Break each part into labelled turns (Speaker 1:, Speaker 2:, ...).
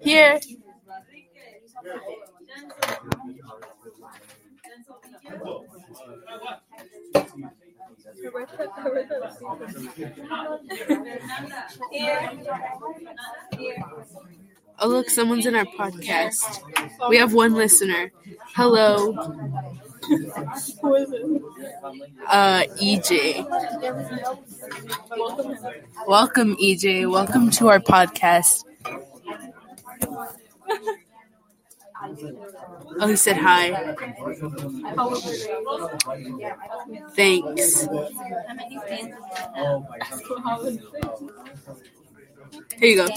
Speaker 1: Here. Oh, look, someone's in our podcast. We have one listener. Hello. Uh, EJ. Welcome, EJ. Welcome to our podcast. Oh, he said hi. Thanks. Here you go.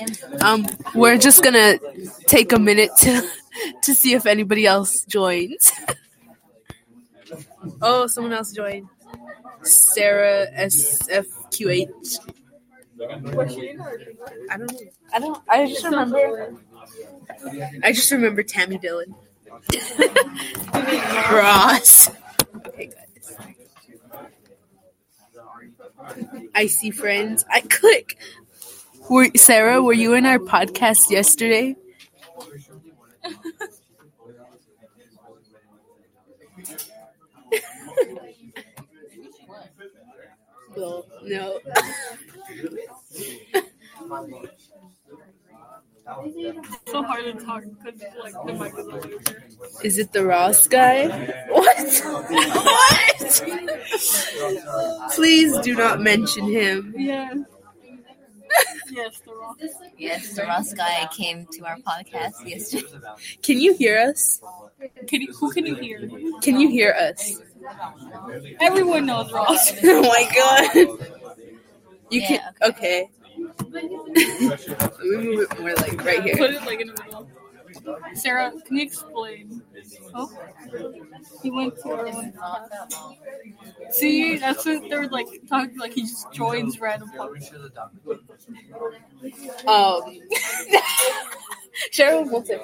Speaker 1: Um, we're just gonna take a minute to to see if anybody else joins. oh, someone else joined. Sarah SFQH. I don't know. I don't. I just remember. I just remember Tammy Dillon. Ross. Okay, guys. I see friends. I click. Were, Sarah, were you in our podcast yesterday? Well, no.
Speaker 2: so hard to talk because like the microphone. is here.
Speaker 1: Is it the Ross guy? What? what? Please do not mention him.
Speaker 2: Yes. yes, the rock.
Speaker 3: Yes, the Ross guy came to our podcast yesterday.
Speaker 1: Can you hear us?
Speaker 2: Can you, who can you hear?
Speaker 1: Can you hear us?
Speaker 2: Everyone knows Ross.
Speaker 1: oh my god. You can
Speaker 3: Yeah,
Speaker 1: okay. Let me move it more like right
Speaker 2: Put
Speaker 1: here.
Speaker 2: it like in the middle. Sarah, can you explain? Oh, he went to our one class. See, that's what they're like talking. Like he just joins random. podcasts.
Speaker 1: Um Cheryl wants it.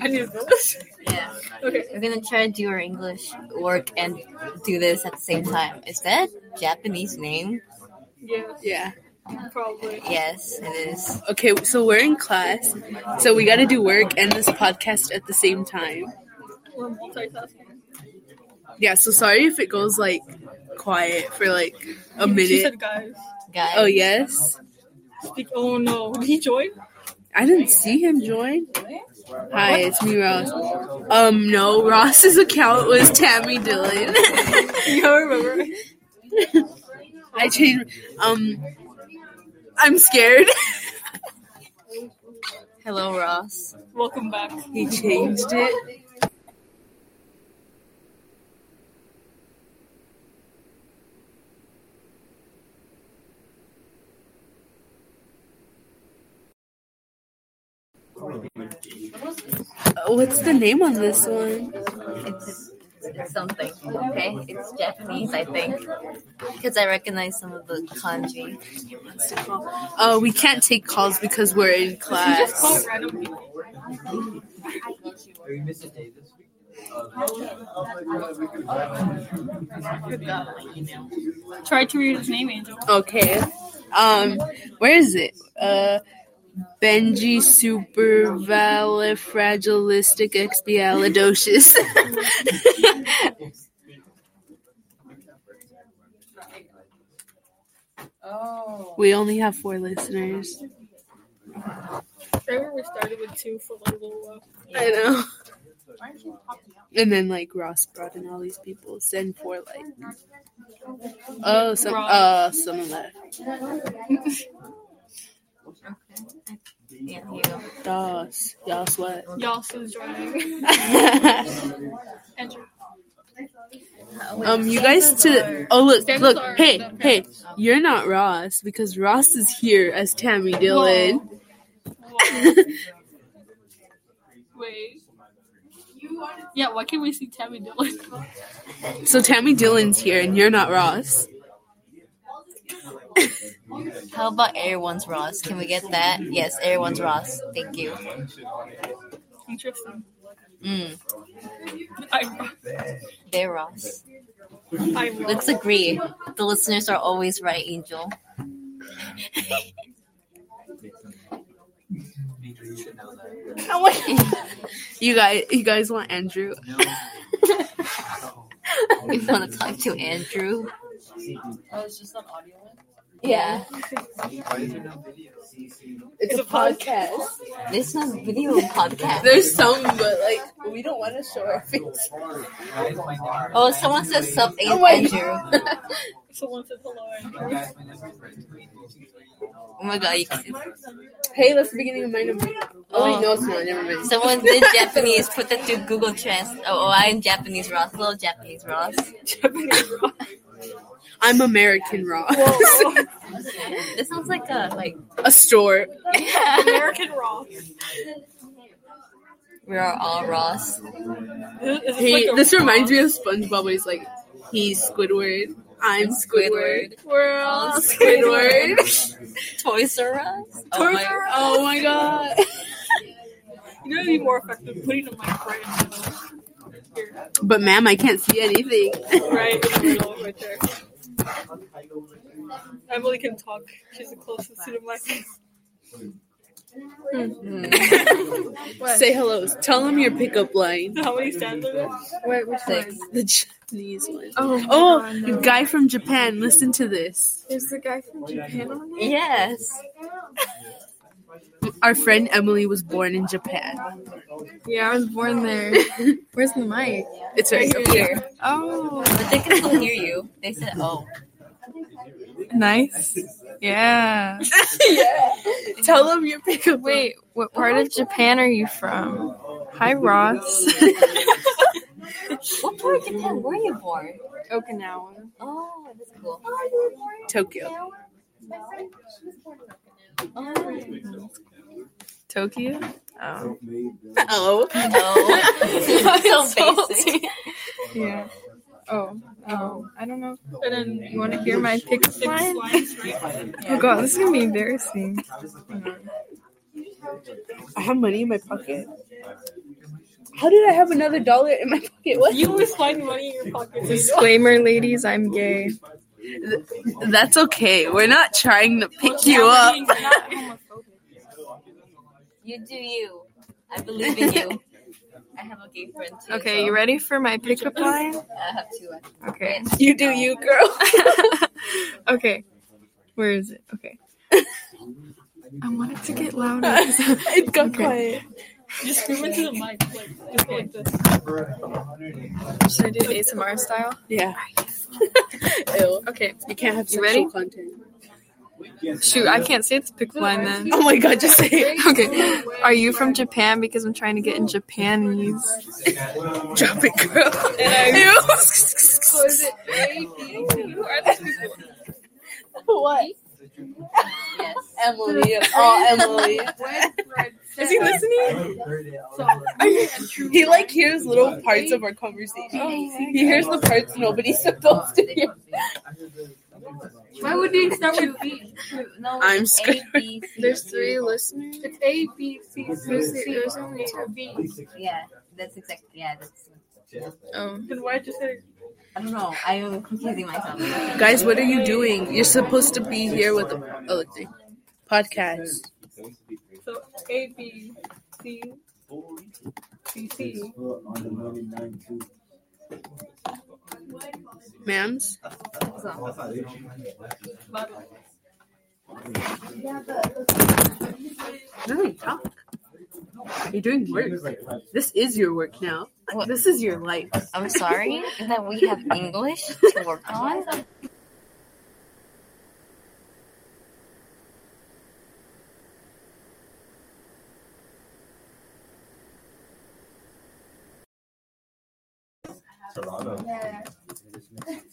Speaker 2: I need this.
Speaker 3: Yeah.
Speaker 2: Okay.
Speaker 3: We're gonna try to do our English work and do this at the same time. Is that a Japanese name?
Speaker 2: Yeah,
Speaker 1: Yeah.
Speaker 2: probably.
Speaker 3: Yes, it is.
Speaker 1: Okay, so we're in class. So we gotta do work and this podcast at the same time.
Speaker 2: We're multitasking.
Speaker 1: Yeah, so sorry if it goes like quiet for like a
Speaker 2: She
Speaker 1: minute.
Speaker 2: said, "Guys,
Speaker 3: Guys.
Speaker 1: Oh yes?
Speaker 2: speak." Oh no, did he join?
Speaker 1: I didn't see him join. Hi, it's me, Ross. Um, no, Ross's account was Tammy Dillon. you don't remember? I changed. Um, I'm scared.
Speaker 3: Hello, Ross.
Speaker 2: Welcome back.
Speaker 1: he changed it. Uh, What's the name on this one?
Speaker 3: It's, it's something. Okay, it's Japanese, I think, because I recognize some of the kanji.
Speaker 1: Oh, we can't take calls because we're in
Speaker 2: He just
Speaker 1: class.
Speaker 2: called random people. Try to read his name, Angel.
Speaker 1: Okay. Um, where is it? Uh, Benji supervalifragilistic expialidocious.
Speaker 4: Oh.
Speaker 1: we only have four listeners.
Speaker 2: Remember we started with two for like a little uh, while.
Speaker 1: I know. And then like Ross brought in all these people. Send four like. Oh, some uh, someone left.
Speaker 3: Yeah, here you go.
Speaker 1: Yas, yas what?
Speaker 2: Y'all still joining. Andrew.
Speaker 3: Oh, wait,
Speaker 1: um, you guys to oh look
Speaker 2: Samuels
Speaker 1: look
Speaker 2: are
Speaker 1: hey
Speaker 2: the
Speaker 1: hey
Speaker 2: parents.
Speaker 1: you're not Ross because Ross is here as Tammy Dillon.
Speaker 2: Whoa. Wait. Yeah, why can't we see Tammy Dillon?
Speaker 1: So Tammy Dillon's here and you're not Ross.
Speaker 3: How about everyone's Ross? Can we get that? Yes, everyone's Ross. Thank you.
Speaker 2: Interesting.
Speaker 3: Mm,
Speaker 2: I,
Speaker 3: they're Ross.
Speaker 2: I will.
Speaker 3: Let's agree. The listeners are always right, Angel.
Speaker 4: You should know that.
Speaker 1: You guys, you guys want Andrew?
Speaker 3: We want to talk to Andrew.
Speaker 5: Oh, it's just an audio one?
Speaker 3: Yeah.
Speaker 4: Why is there no video?
Speaker 1: It's, a, podcast.
Speaker 3: It's not a video podcast.
Speaker 1: There's some, but like we don't want to show our face.
Speaker 4: Why is my number-
Speaker 3: Oh, someone says sub
Speaker 1: Oh my
Speaker 3: Andrew.
Speaker 1: God.
Speaker 2: Someone said hello.
Speaker 4: You guys, my number is right.
Speaker 3: Oh my god, you can-
Speaker 1: Hey, that's the beginning of my number. Oh, wait,
Speaker 3: Oh.
Speaker 1: no, it's not. Never mind.
Speaker 3: someone did Japanese. Put that through Google Translate. Oh, oh, I'm Japanese Ross. Little Japanese Ross.
Speaker 1: I'm American Raw.
Speaker 3: This sounds like a like.
Speaker 1: a store.
Speaker 2: American Raw.
Speaker 3: we are all Ross.
Speaker 2: Is
Speaker 1: Hey,
Speaker 2: like a
Speaker 1: this
Speaker 2: raw?
Speaker 1: reminds me of SpongeBob. Where he's like, he's Squidward. I'm Squidward. We're all Squidward.
Speaker 3: Toys R Us. Oh
Speaker 1: Toys
Speaker 3: my.
Speaker 1: are- oh my god.
Speaker 2: You know, it'd be more effective putting them like right in the middle. Here,
Speaker 1: But ma'am, I can't see anything.
Speaker 2: right in the middle, right there. Emily can talk. She's the closest to the mic.
Speaker 3: Mm.
Speaker 1: Say hello. Tell him your pickup line.
Speaker 2: How many stands are there?
Speaker 5: Wait, which
Speaker 3: Six.
Speaker 1: The Japanese one.
Speaker 5: Oh,
Speaker 1: Oh, guy from Japan, listen to this.
Speaker 5: Is the guy from Japan on there?
Speaker 3: Yes.
Speaker 1: Our friend Emily was born in Japan.
Speaker 5: Yeah, I was born there. Where's the mic?
Speaker 1: It's right here.
Speaker 5: Oh,
Speaker 3: But they can still hear you. They said, oh.
Speaker 5: nice. Yeah.
Speaker 1: yeah. Tell him your pickup line.
Speaker 5: Wait, what part of Japan are you from? Hi, Ross.
Speaker 3: What part of Japan were you born?
Speaker 5: Okinawa.
Speaker 3: Oh, that's cool.
Speaker 1: Tokyo.
Speaker 3: Oh.
Speaker 5: Tokyo? Oh.
Speaker 1: Oh.
Speaker 3: No. so basic.
Speaker 5: Yeah. Oh. Oh. I don't know.
Speaker 2: And then
Speaker 5: You want to hear my pickup
Speaker 2: six
Speaker 5: line?
Speaker 2: lines, right?
Speaker 5: Oh, God, this is going to be embarrassing.
Speaker 1: I have money in my pocket. How did I have another dollar in my pocket? What?
Speaker 2: You always find money in your pocket. so you don't-
Speaker 5: Disclaimer, ladies, I'm gay.
Speaker 1: That's okay. We're not trying to pick
Speaker 2: Yeah, oh
Speaker 1: you up.
Speaker 2: money is not homophobic.
Speaker 3: You do you. I believe in you. I have a gay friend too.
Speaker 5: Okay,
Speaker 3: so
Speaker 5: you ready for my pickup line?
Speaker 3: I have two. actually.
Speaker 5: Okay.
Speaker 1: You do you, girl.
Speaker 5: okay. Where is it? Okay. I want it to get louder.
Speaker 1: it got
Speaker 5: Okay.
Speaker 1: quiet.
Speaker 2: Just scream into the mic, like, just like this.
Speaker 5: Should I do ASMR style?
Speaker 1: Yeah. Ew.
Speaker 5: Okay.
Speaker 1: You can't have
Speaker 5: You
Speaker 1: sexual
Speaker 5: ready?
Speaker 1: content.
Speaker 5: Shoot, I can't say it's pickup line then.
Speaker 1: Oh my god, just say it.
Speaker 5: Okay. Are you from Japan? Because I'm trying to get in Japanese.
Speaker 1: Drop it, girl. Ew. what?
Speaker 3: Yes.
Speaker 1: Emily. Oh, Emily.
Speaker 5: Is he listening?
Speaker 1: He like hears little parts of our conversation. He hears the parts nobody's supposed to hear.
Speaker 2: Why would you start with B?
Speaker 3: No,
Speaker 1: I'm
Speaker 3: it's
Speaker 1: scared.
Speaker 3: A, B, C, D.
Speaker 5: listeners.
Speaker 2: It's A, B, C,
Speaker 5: There's- there's only
Speaker 2: two. B.
Speaker 3: Yeah, that's exactly. Yeah, that's.
Speaker 1: Um,
Speaker 5: Oh.
Speaker 2: Then why just say
Speaker 3: I don't know. I am confusing myself.
Speaker 1: Guys, what are you doing? You're supposed to be here with a oh, look, podcast.
Speaker 2: so A, B, C, B, C?
Speaker 1: Ma'ams?
Speaker 2: But
Speaker 1: No, you talk. You're doing work. This is your work now.
Speaker 3: What?
Speaker 1: This is your life.
Speaker 3: I'm sorry that we have English to work on.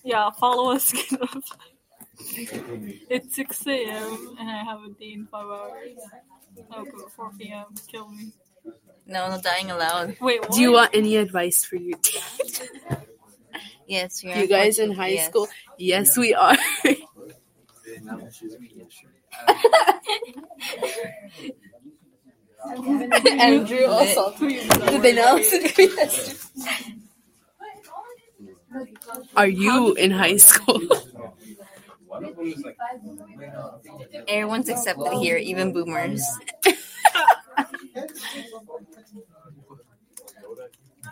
Speaker 2: yeah, follow us. it's 6 a.m. and I have a day in five hours. Oh, good, 4 p.m. Kill me.
Speaker 3: No, no dying allowed.
Speaker 2: Wait, what?
Speaker 1: Do you want any advice for you?
Speaker 3: Yes, you're
Speaker 1: You guys in high
Speaker 3: yes.
Speaker 1: school? Yes, we are. Andrew,
Speaker 3: also.
Speaker 1: Did they not listen to me? are you in high school?
Speaker 3: Everyone's accepted here, even boomers.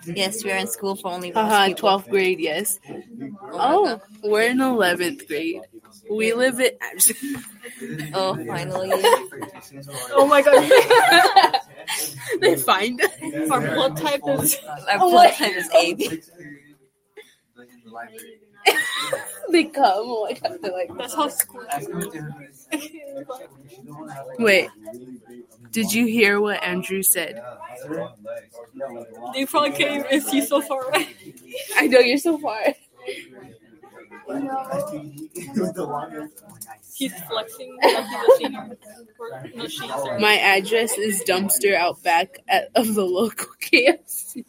Speaker 3: yes, we are in school for only those
Speaker 1: Haha,
Speaker 3: people.
Speaker 1: 12th Uh-huh, grade, yes. Oh, we're in 11th grade. We live in. I'm just-
Speaker 3: Oh, finally.
Speaker 5: Oh my god.
Speaker 1: they find us.
Speaker 2: Our blood type is.
Speaker 3: Our
Speaker 1: Oh,
Speaker 3: blood
Speaker 1: what?
Speaker 3: type is AB.
Speaker 1: They come. Oh my God, they're like,
Speaker 2: That's how school.
Speaker 1: Wait, did you hear what Andrew said?
Speaker 2: They probably can't even see so far away.
Speaker 1: I know you're so far.
Speaker 2: He's flexing. like he's a senior. Or- No, she's sorry.
Speaker 1: My address is dumpster out back at, of the local KFC.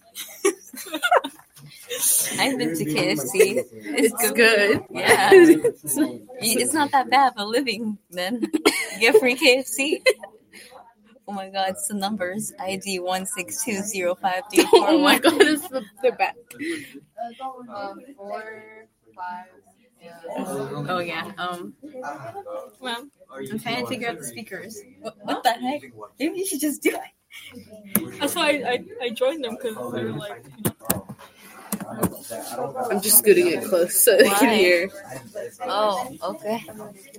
Speaker 3: I've been to KFC.
Speaker 1: It's good.
Speaker 3: Yeah. It's not that bad of a living then. Get free KFC. Oh my god, it's the numbers. ID one six two zero five three four.
Speaker 1: Oh my god, it's the, the back.
Speaker 3: Oh yeah. Um
Speaker 2: Well,
Speaker 3: I'm trying to figure out the speakers. What, what the heck? Maybe you should just do it.
Speaker 2: that's why I, I, I joined them because they were like, Oh,
Speaker 1: I'm just scooting it close so they can
Speaker 3: Why?
Speaker 1: hear.
Speaker 3: Oh, okay.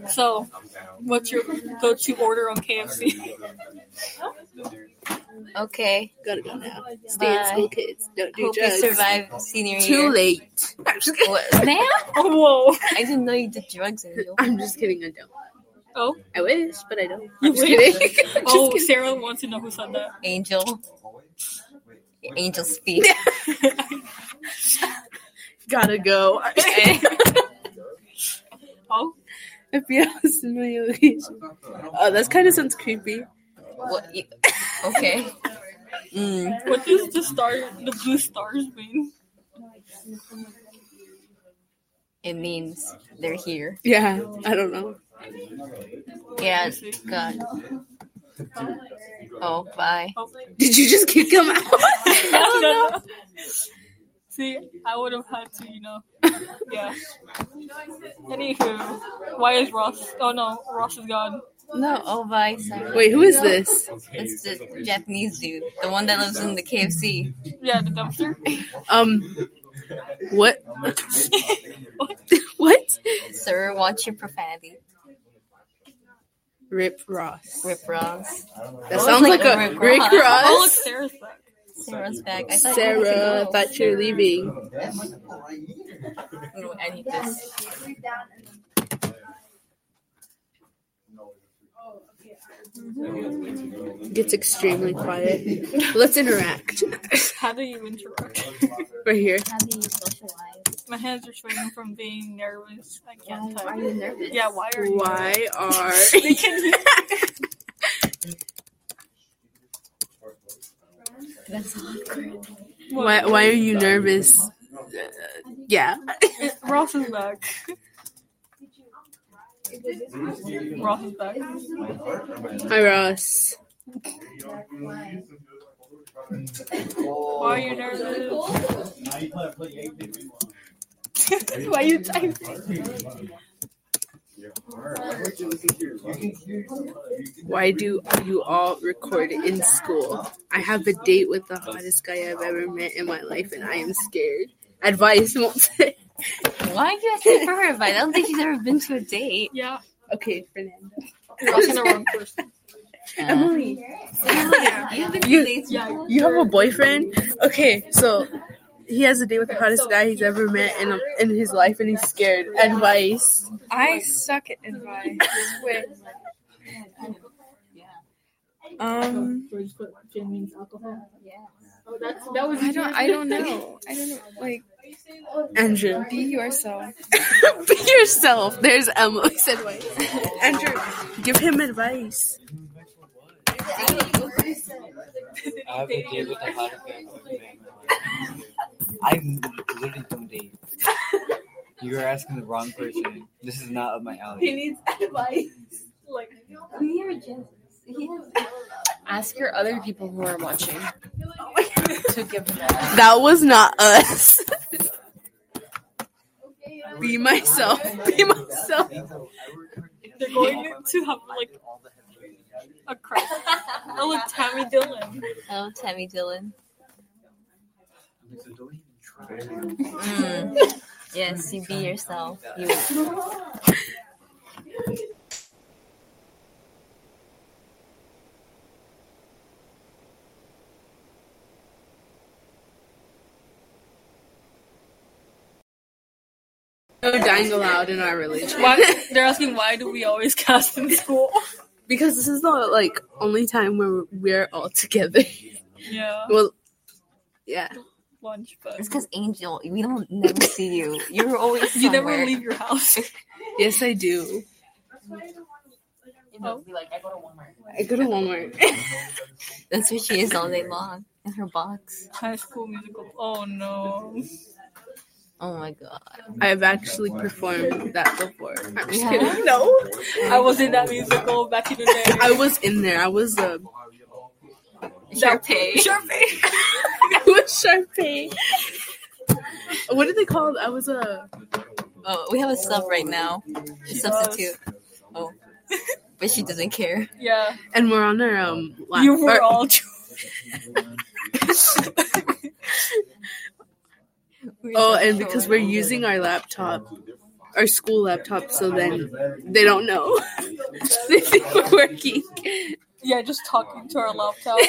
Speaker 2: so what's your go to order on KFC?
Speaker 3: Okay.
Speaker 1: Gotta go now. Stay in
Speaker 3: Bye.
Speaker 1: school, kids. Don't do
Speaker 3: Hope
Speaker 1: drugs.
Speaker 3: you survive senior
Speaker 1: Too
Speaker 3: year.
Speaker 1: late.
Speaker 3: What, man?
Speaker 2: oh, whoa.
Speaker 3: I didn't know you did drugs Ariel.
Speaker 1: I'm just kidding. I don't.
Speaker 2: Oh,
Speaker 1: I wish, but I don't.
Speaker 2: you
Speaker 1: I'm just kidding.
Speaker 2: Oh, Sarah wants to know who said that.
Speaker 3: Angel. Angel speed.
Speaker 1: Gotta go.
Speaker 2: oh,
Speaker 1: I feel familiar. with you. Oh, that kind of sounds creepy.
Speaker 3: What? You, okay. Mm.
Speaker 2: what does the star, the blue stars mean?
Speaker 3: It means they're here.
Speaker 1: Yeah, I don't know.
Speaker 2: Let
Speaker 3: Yeah,
Speaker 2: me see.
Speaker 3: God. Oh, bye.
Speaker 2: Oh.
Speaker 1: Did you just kick him out?
Speaker 2: No, no. See, I would have had to, you know. Yeah. Anywho, why is Ross? Oh no, Ross is gone.
Speaker 3: No, oh, bye. Sorry.
Speaker 1: Wait, who is this?
Speaker 3: It's the Japanese dude, the one that lives in the KFC.
Speaker 2: Yeah, the dumpster.
Speaker 1: Um, what? what?
Speaker 3: Sir, watch your profanity.
Speaker 1: Rip Ross.
Speaker 3: Rip Ross.
Speaker 1: That
Speaker 3: Oh,
Speaker 1: sounds
Speaker 3: it's
Speaker 1: like,
Speaker 3: like
Speaker 1: a
Speaker 3: Rick
Speaker 1: Rick
Speaker 3: Ross.
Speaker 2: Oh look,
Speaker 1: Ross.
Speaker 2: Sarah's back.
Speaker 3: Sarah's back. I thought
Speaker 1: Sarah, I thought you were leaving.
Speaker 3: No, I need this.
Speaker 1: Gets extremely quiet. Let's interact.
Speaker 2: How do you interrupt?
Speaker 1: We're here.
Speaker 3: How do you socialize?
Speaker 2: My hands are sweating from being nervous. I can't
Speaker 3: Why are
Speaker 2: type.
Speaker 3: you nervous?
Speaker 2: Yeah, why are you?
Speaker 1: Why are
Speaker 2: They can hear.
Speaker 3: That's awkward.
Speaker 1: why why are you nervous? Uh, yeah.
Speaker 2: Ross is back. Ross is back.
Speaker 1: Hi Ross.
Speaker 2: Why are you nervous? why are you typing?
Speaker 1: Why do you all record in school? I have a date with the hottest guy I've ever met in my life and I am scared. Advice won't say.
Speaker 3: Why are you asking for her? advice? I don't think she's ever been to a date.
Speaker 2: Yeah,
Speaker 1: Okay, Fernando.
Speaker 2: Ross in the wrong person.
Speaker 1: Emily,
Speaker 3: You've been
Speaker 1: You-
Speaker 3: to dates
Speaker 2: Yeah,
Speaker 1: you have a boyfriend? Okay, so he has a date with the hottest guy he's ever met in, in his life and he's scared. Advice.
Speaker 5: I suck at advice. Wait. Um,
Speaker 2: Oh, that's, that was.
Speaker 5: I don't. I don't know. I don't know. Like,
Speaker 1: Andrew.
Speaker 5: be yourself.
Speaker 1: Be yourself. There's Emily's advice. Andrew, give him advice.
Speaker 4: I have a date with a hot I'm literally from date. You are asking the wrong person. This is not up my alley.
Speaker 1: needs advice.
Speaker 2: Like,
Speaker 3: We are just.
Speaker 6: Ask your other people who are watching to give them.
Speaker 1: That was not us. Be myself. Be myself.
Speaker 2: They're going to have like a crash. Oh, look, Tammy Dillon.
Speaker 3: Oh, Tammy Dillon.
Speaker 6: Mm.
Speaker 3: Yes, you be yourself. You
Speaker 1: No dying allowed in our religion.
Speaker 2: Why, they're asking why do we always cast in school?
Speaker 1: Because this is the like only time where we're all together.
Speaker 2: Yeah,
Speaker 1: Well, yeah.
Speaker 2: lunch, but
Speaker 3: it's because Angel, we don't never see you. You're always
Speaker 2: you never
Speaker 3: somewhere.
Speaker 2: leave your house.
Speaker 1: Yes, I do.
Speaker 2: Oh.
Speaker 1: I go to Walmart.
Speaker 3: That's where she is all day long in her box.
Speaker 2: High School Musical. Oh no,
Speaker 3: Oh my god.
Speaker 1: I've actually performed that before. I'm just
Speaker 3: Yeah.
Speaker 1: kidding. No,
Speaker 2: I was in that musical back in the day.
Speaker 1: I was in there. I was uh,
Speaker 3: Sharpay.
Speaker 1: I was Sharpay. What are they called? I was a.
Speaker 3: Oh, we have a sub right now. A
Speaker 2: She
Speaker 3: substitute. Oh. but she doesn't care.
Speaker 2: Yeah,
Speaker 1: And we're on our um. la-
Speaker 2: you were
Speaker 1: or-
Speaker 2: all. Ch-
Speaker 1: Oh, and because we're using our laptop, our school laptop, so then they don't know. they think we're working.
Speaker 2: yeah, just talking to our laptop.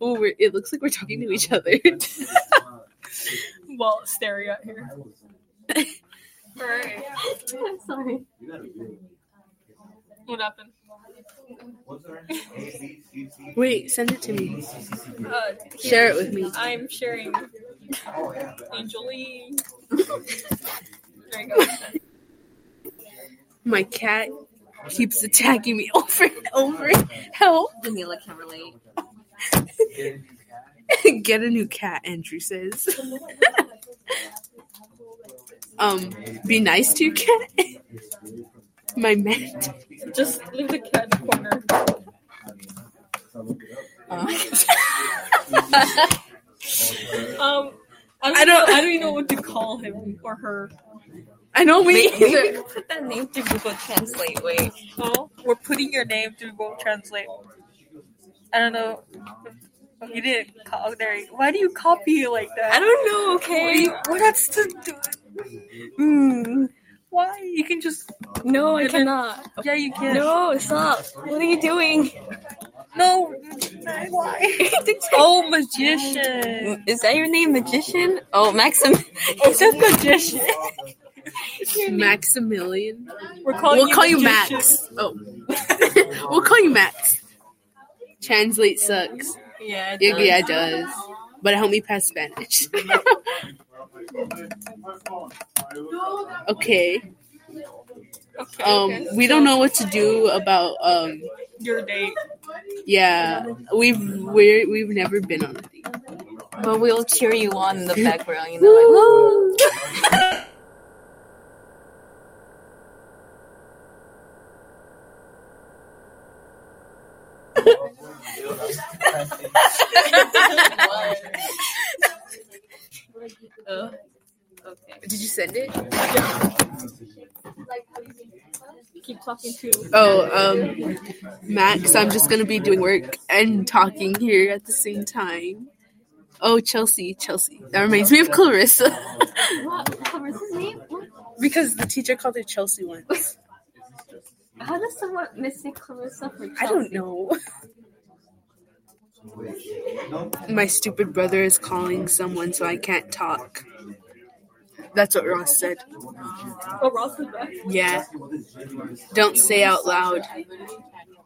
Speaker 1: Well, we're, it looks like we're talking to each other.
Speaker 2: Well, staring at her. Alright.
Speaker 3: I'm sorry.
Speaker 2: What happened?
Speaker 1: Wait, send it to me.
Speaker 2: Uh,
Speaker 1: Share it with me.
Speaker 2: I'm sharing Oh, Angeline. there you go.
Speaker 1: My cat keeps attacking me over and over. Help!
Speaker 3: Danila can relate.
Speaker 1: Get a new cat, Andrew says. um, be nice to your cat. My mat.
Speaker 2: Just leave the cat in the corner.
Speaker 3: Oh
Speaker 1: Uh,
Speaker 3: my god.
Speaker 2: Um, I don't,
Speaker 1: I don't-
Speaker 2: know, I don't even know what to call him or her.
Speaker 1: I know me.
Speaker 3: Wait, maybe we could put that name through Google Translate. Wait.
Speaker 2: Oh, we're putting your name through Google Translate. I don't know. Oh, You didn't. Co- there. you- Why do you copy like that?
Speaker 3: I don't know, okay?
Speaker 2: What that's to do?
Speaker 3: Mm.
Speaker 2: Why? You can just.
Speaker 5: No, I cannot.
Speaker 2: Yeah, you can.
Speaker 5: No, stop. What are you doing?
Speaker 2: No. Why? oh, magician.
Speaker 3: Is that your name, Magician? Oh, Maxim. Is that Magician?
Speaker 1: Maximilian.
Speaker 2: We're calling
Speaker 1: we'll
Speaker 2: you
Speaker 1: call you
Speaker 2: magician.
Speaker 1: Max. Oh, we'll call you Max. Translate sucks.
Speaker 3: Yeah.
Speaker 1: Yeah, yeah, it does. But it helped me pass Spanish. okay.
Speaker 2: Okay.
Speaker 1: Um,
Speaker 2: okay.
Speaker 1: we don't know what to do about um.
Speaker 2: Your date.
Speaker 1: Yeah, we've we're we've never been on a date.
Speaker 3: But we'll cheer you on in the background, you know, like, woo!
Speaker 1: Did you send it?
Speaker 2: Keep talking to.
Speaker 1: Oh, um, Max, I'm just gonna be doing work and talking here at the same time. Oh, Chelsea, Chelsea. That reminds me of Clarissa.
Speaker 3: What? Clarissa's name? What?
Speaker 1: because the teacher called her Chelsea once.
Speaker 3: How does someone mistake Clarissa for Chelsea?
Speaker 1: I don't know. My stupid brother is calling someone, so I can't talk. That's what Ross said.
Speaker 2: Oh, Ross is back.
Speaker 1: Yeah. Don't say out loud.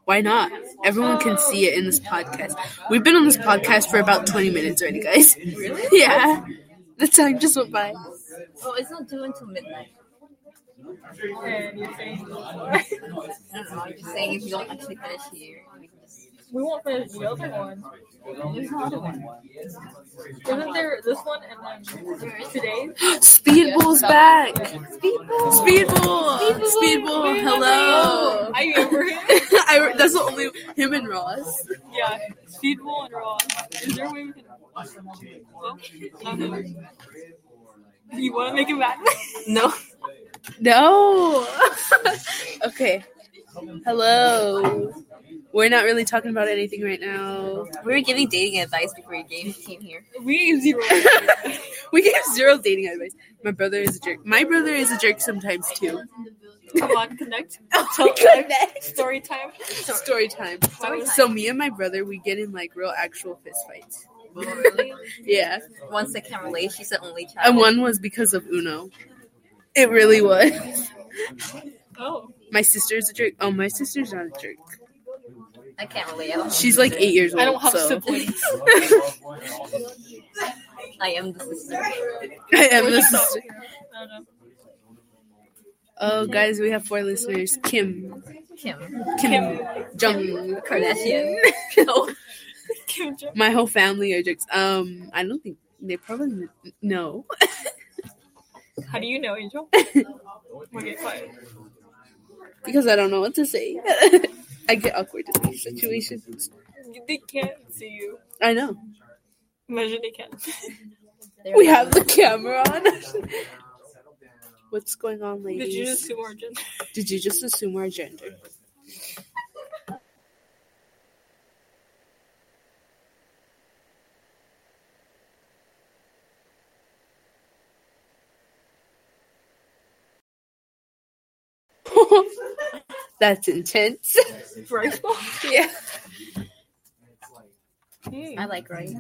Speaker 1: Why not? Everyone can see it in this podcast. We've been on this podcast for about 20 minutes already, guys. Really? Yeah. The time just went by.
Speaker 3: Oh, it's not due until midnight.
Speaker 2: And you're saying-
Speaker 3: I don't know. I'm just saying if you don't actually finish here. we can just-
Speaker 2: We won't finish the other one.
Speaker 3: There's no other one.
Speaker 2: Isn't there this one and then today?
Speaker 1: Speedball's back. Speedball. Speedball. Hello.
Speaker 2: I remember him.
Speaker 1: I, that's the only him and Ross.
Speaker 2: Yeah, Speedball and Raw. Is there a way we can? Well, okay. um, You want to make it mad?
Speaker 3: No.
Speaker 1: No. okay. Hello. We're not really talking about anything right now.
Speaker 3: We were giving dating advice before you came, came here.
Speaker 2: we zero.
Speaker 1: we gave zero dating advice. My brother is a jerk. My brother is a jerk sometimes too.
Speaker 2: Come on, connect.
Speaker 1: Oh my God.
Speaker 2: Story time.
Speaker 1: Story time.
Speaker 3: Story time.
Speaker 1: So me and my brother, we get in like real actual fist fights.
Speaker 3: Really?
Speaker 1: Yeah.
Speaker 3: Once I can relate, she's the only child.
Speaker 1: And one was because of Uno. It really was.
Speaker 2: Oh,
Speaker 1: My sister's a jerk. Oh, my sister's not a jerk.
Speaker 3: I can't relate. I, don't
Speaker 1: She's like eight years old.
Speaker 2: I don't have
Speaker 1: so.
Speaker 2: siblings.
Speaker 3: I am the sister.
Speaker 1: I am
Speaker 2: Where'd
Speaker 1: the
Speaker 2: you stop?
Speaker 1: sister.
Speaker 2: I don't know.
Speaker 1: Oh, guys, we have four listeners. Kim,
Speaker 3: Kim.
Speaker 1: Kim, Jung,
Speaker 3: Kardashian.
Speaker 2: Kim Jong.
Speaker 1: My whole family are jerks. Um, I don't think they probably n- no.
Speaker 2: How do you know, Angel? Okay, quiet.
Speaker 1: because I don't know what to say. I get awkward in these situations.
Speaker 2: They can't see you.
Speaker 1: I know.
Speaker 2: Imagine they can.
Speaker 3: They're
Speaker 1: We
Speaker 3: like-
Speaker 1: have the camera on. What's going on, ladies?
Speaker 2: Did you just see Origin?
Speaker 1: Did you just assume our gender? That's intense.
Speaker 2: Rice ball?
Speaker 1: Yeah.
Speaker 2: Hmm.
Speaker 3: I like rice.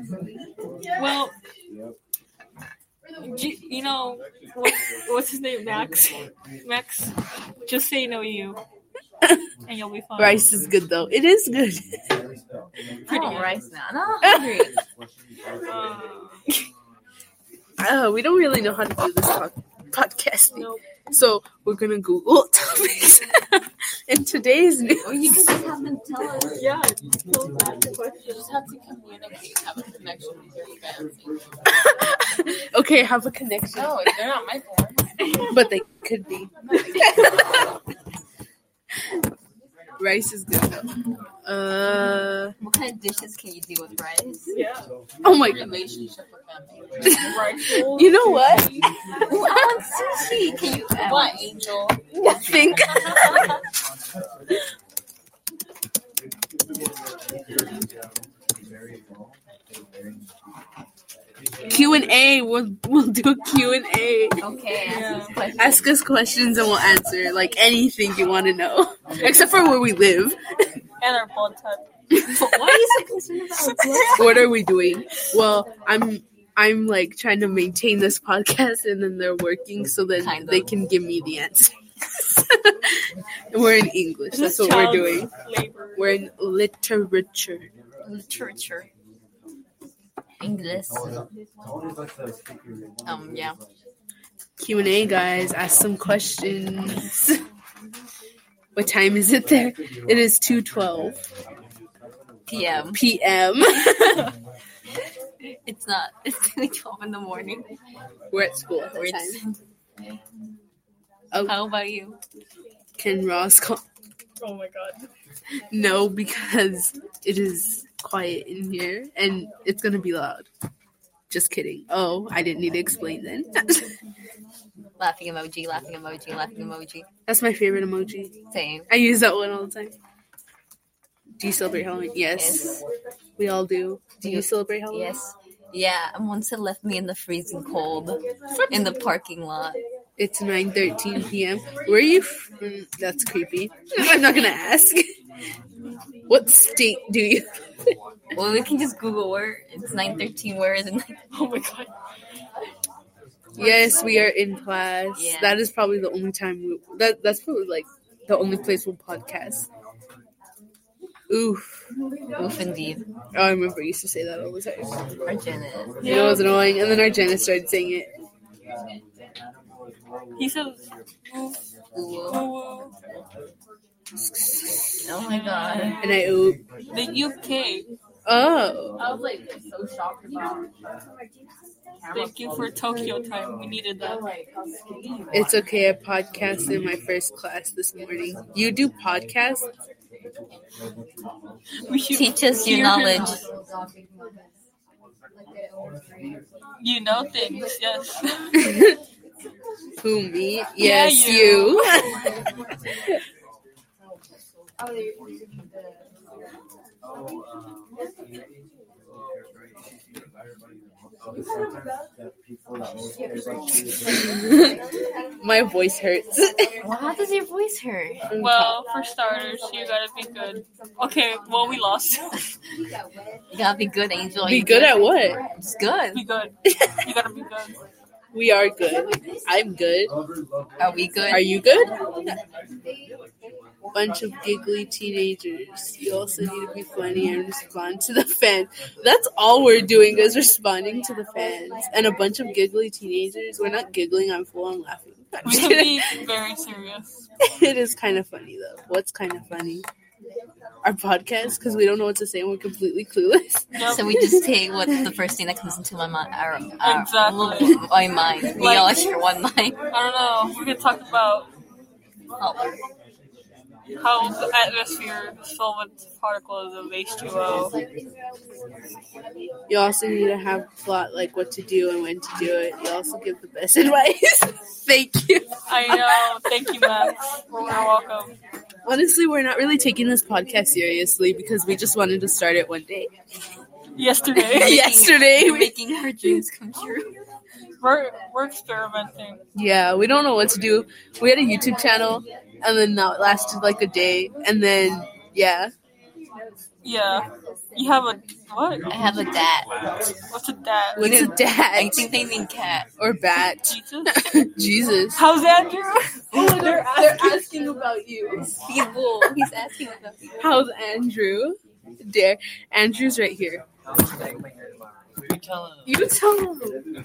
Speaker 2: Well, do you, you know, what, what's his name? Max? Max, just say no you. And you'll be fine.
Speaker 1: Rice is good though. It is good.
Speaker 3: I
Speaker 2: Pretty
Speaker 3: don't
Speaker 2: good.
Speaker 3: rice now. No, I'm hungry.
Speaker 2: Uh,
Speaker 1: Oh, we don't really know how to do this talk- podcasting.
Speaker 2: no.
Speaker 1: So we're gonna Google topics. and today's news.
Speaker 3: or you can just have them tell us.
Speaker 2: Yeah.
Speaker 6: You just have to communicate, have a connection with your fans.
Speaker 1: okay, have a connection,
Speaker 6: No, they're not my parents.
Speaker 1: but they could be. Rice is good though. Uh,
Speaker 3: What kind of dishes can you do with rice?
Speaker 2: Yeah.
Speaker 1: oh my god.
Speaker 6: Relationship with them.
Speaker 2: Rice ball.
Speaker 1: You know what?
Speaker 3: Ooh, I want sushi. Can you?
Speaker 6: What,
Speaker 3: I want-
Speaker 6: Angel?
Speaker 1: Nothing. Q and A. We'll we'll do a Q and A.
Speaker 3: Okay,
Speaker 2: Yeah.
Speaker 3: ask this question.
Speaker 1: Ask us questions and we'll answer like anything you want to know, except for where we live.
Speaker 2: And our blood type.
Speaker 3: Why are you so concerned about blood?
Speaker 1: what are we doing? Well, I'm I'm like trying to maintain this podcast, and then they're working so that
Speaker 3: Kind of.
Speaker 1: they can give me the answers. we're in English. That's
Speaker 2: This
Speaker 1: what we're
Speaker 2: child
Speaker 1: doing.
Speaker 2: Labor.
Speaker 1: We're in literature.
Speaker 3: Literature. English. Um, yeah.
Speaker 1: Q and A, guys. Ask some questions. what time is it there? It is two twelve
Speaker 3: PM.
Speaker 1: p.m.
Speaker 3: It's not. It's only 12 in the morning.
Speaker 1: we're at school. At
Speaker 3: Or
Speaker 1: that
Speaker 3: it's-
Speaker 1: time. Oh,
Speaker 3: How about you?
Speaker 1: can Ross call?
Speaker 2: Oh my god.
Speaker 1: No, because it is quiet in here and it's gonna be loud. Just kidding. Oh, I didn't need to explain then.
Speaker 3: Laughing emoji, laughing emoji, laughing emoji.
Speaker 1: That's my favorite emoji.
Speaker 3: Same.
Speaker 1: I use that one all the time. Do you celebrate Halloween? Yes, we all do. Do you celebrate Halloween?
Speaker 3: Yes. Yeah, and once it left me in the freezing cold in the parking lot.
Speaker 1: It's 9:13 p.m. Where are you? F- mm, That's creepy. I'm not gonna ask. What state do you?
Speaker 3: Well, we can just Google where it's 9:13. Where is it?
Speaker 2: Oh my god.
Speaker 1: Yes, we are in class.
Speaker 3: Yeah.
Speaker 1: That is probably the only time we that that's probably like the only place we'll podcast. Oof.
Speaker 3: Oof, indeed.
Speaker 1: Oh, I remember I used to say that all the time.
Speaker 3: Or Janet.
Speaker 1: You know, it was annoying. And then our Janice started saying it.
Speaker 2: He says, woo,
Speaker 3: Ooh.
Speaker 2: woo, woo.
Speaker 3: Oh my god.
Speaker 1: And I oop.
Speaker 2: The UK.
Speaker 1: Oh.
Speaker 6: I was like so shocked about.
Speaker 2: Thank you for Tokyo time. We needed that.
Speaker 1: It's okay. I podcast in my first class this morning. You do podcasts?
Speaker 2: We should
Speaker 3: Teach us your
Speaker 2: hear him.
Speaker 3: knowledge.
Speaker 2: You know things, yes.
Speaker 1: Who me?
Speaker 2: Yeah,
Speaker 1: Yes,
Speaker 2: you.
Speaker 1: you. My voice hurts.
Speaker 3: How does your voice hurt?
Speaker 2: well, for starters, you gotta be good. Okay, well, we lost.
Speaker 3: You gotta be good, Angel.
Speaker 1: Be
Speaker 3: You
Speaker 1: good at what?
Speaker 3: It's good.
Speaker 2: be good. You gotta be good.
Speaker 1: We are good. I'm good.
Speaker 3: Are we good?
Speaker 1: Are you good? Bunch of giggly teenagers. You also need to be funny and respond to the fans. That's all we're doing is responding to the fans. And a bunch of giggly teenagers. We're not giggling, I'm full on laughing. I'm
Speaker 2: We
Speaker 1: just
Speaker 2: can
Speaker 1: kidding.
Speaker 2: be very serious.
Speaker 1: it is kind of funny though. What's kind of funny? Our podcast, because we don't know what to say and we're completely clueless.
Speaker 2: Yep.
Speaker 3: So we just take what the first thing that comes into my mind. Our, our,
Speaker 2: Exactly.
Speaker 3: My mind. We
Speaker 2: Like-
Speaker 3: all share one mind.
Speaker 2: I don't know. We could talk about
Speaker 3: Oh,
Speaker 2: how the atmosphere is filled with particles of H2O.
Speaker 1: You also need to have plot like what to do and when to do it. You also give the best advice. Thank you.
Speaker 2: I know. Thank you, Max. You're welcome.
Speaker 1: Honestly, we're not really taking this podcast seriously because we just wanted to start it one day.
Speaker 2: Yesterday,
Speaker 1: Yesterday,
Speaker 3: you're
Speaker 1: we,
Speaker 3: making her dreams come true.
Speaker 2: we're, we're experimenting.
Speaker 1: yeah, we don't know what to do. We had a YouTube channel, and then that lasted like a day, and then yeah,
Speaker 2: Yeah. You have a. What?
Speaker 3: I have a dad.
Speaker 2: What's a that?
Speaker 1: what's a
Speaker 3: I
Speaker 1: dad
Speaker 3: think they mean cat.
Speaker 1: or bat?
Speaker 2: Jesus?
Speaker 1: Jesus.
Speaker 2: How's Andrew?
Speaker 1: Oh they're, asking about you.
Speaker 3: People. He's asking about people.
Speaker 1: How's Andrew? Dare Andrew's right here.
Speaker 4: You tell him.
Speaker 1: You tell them.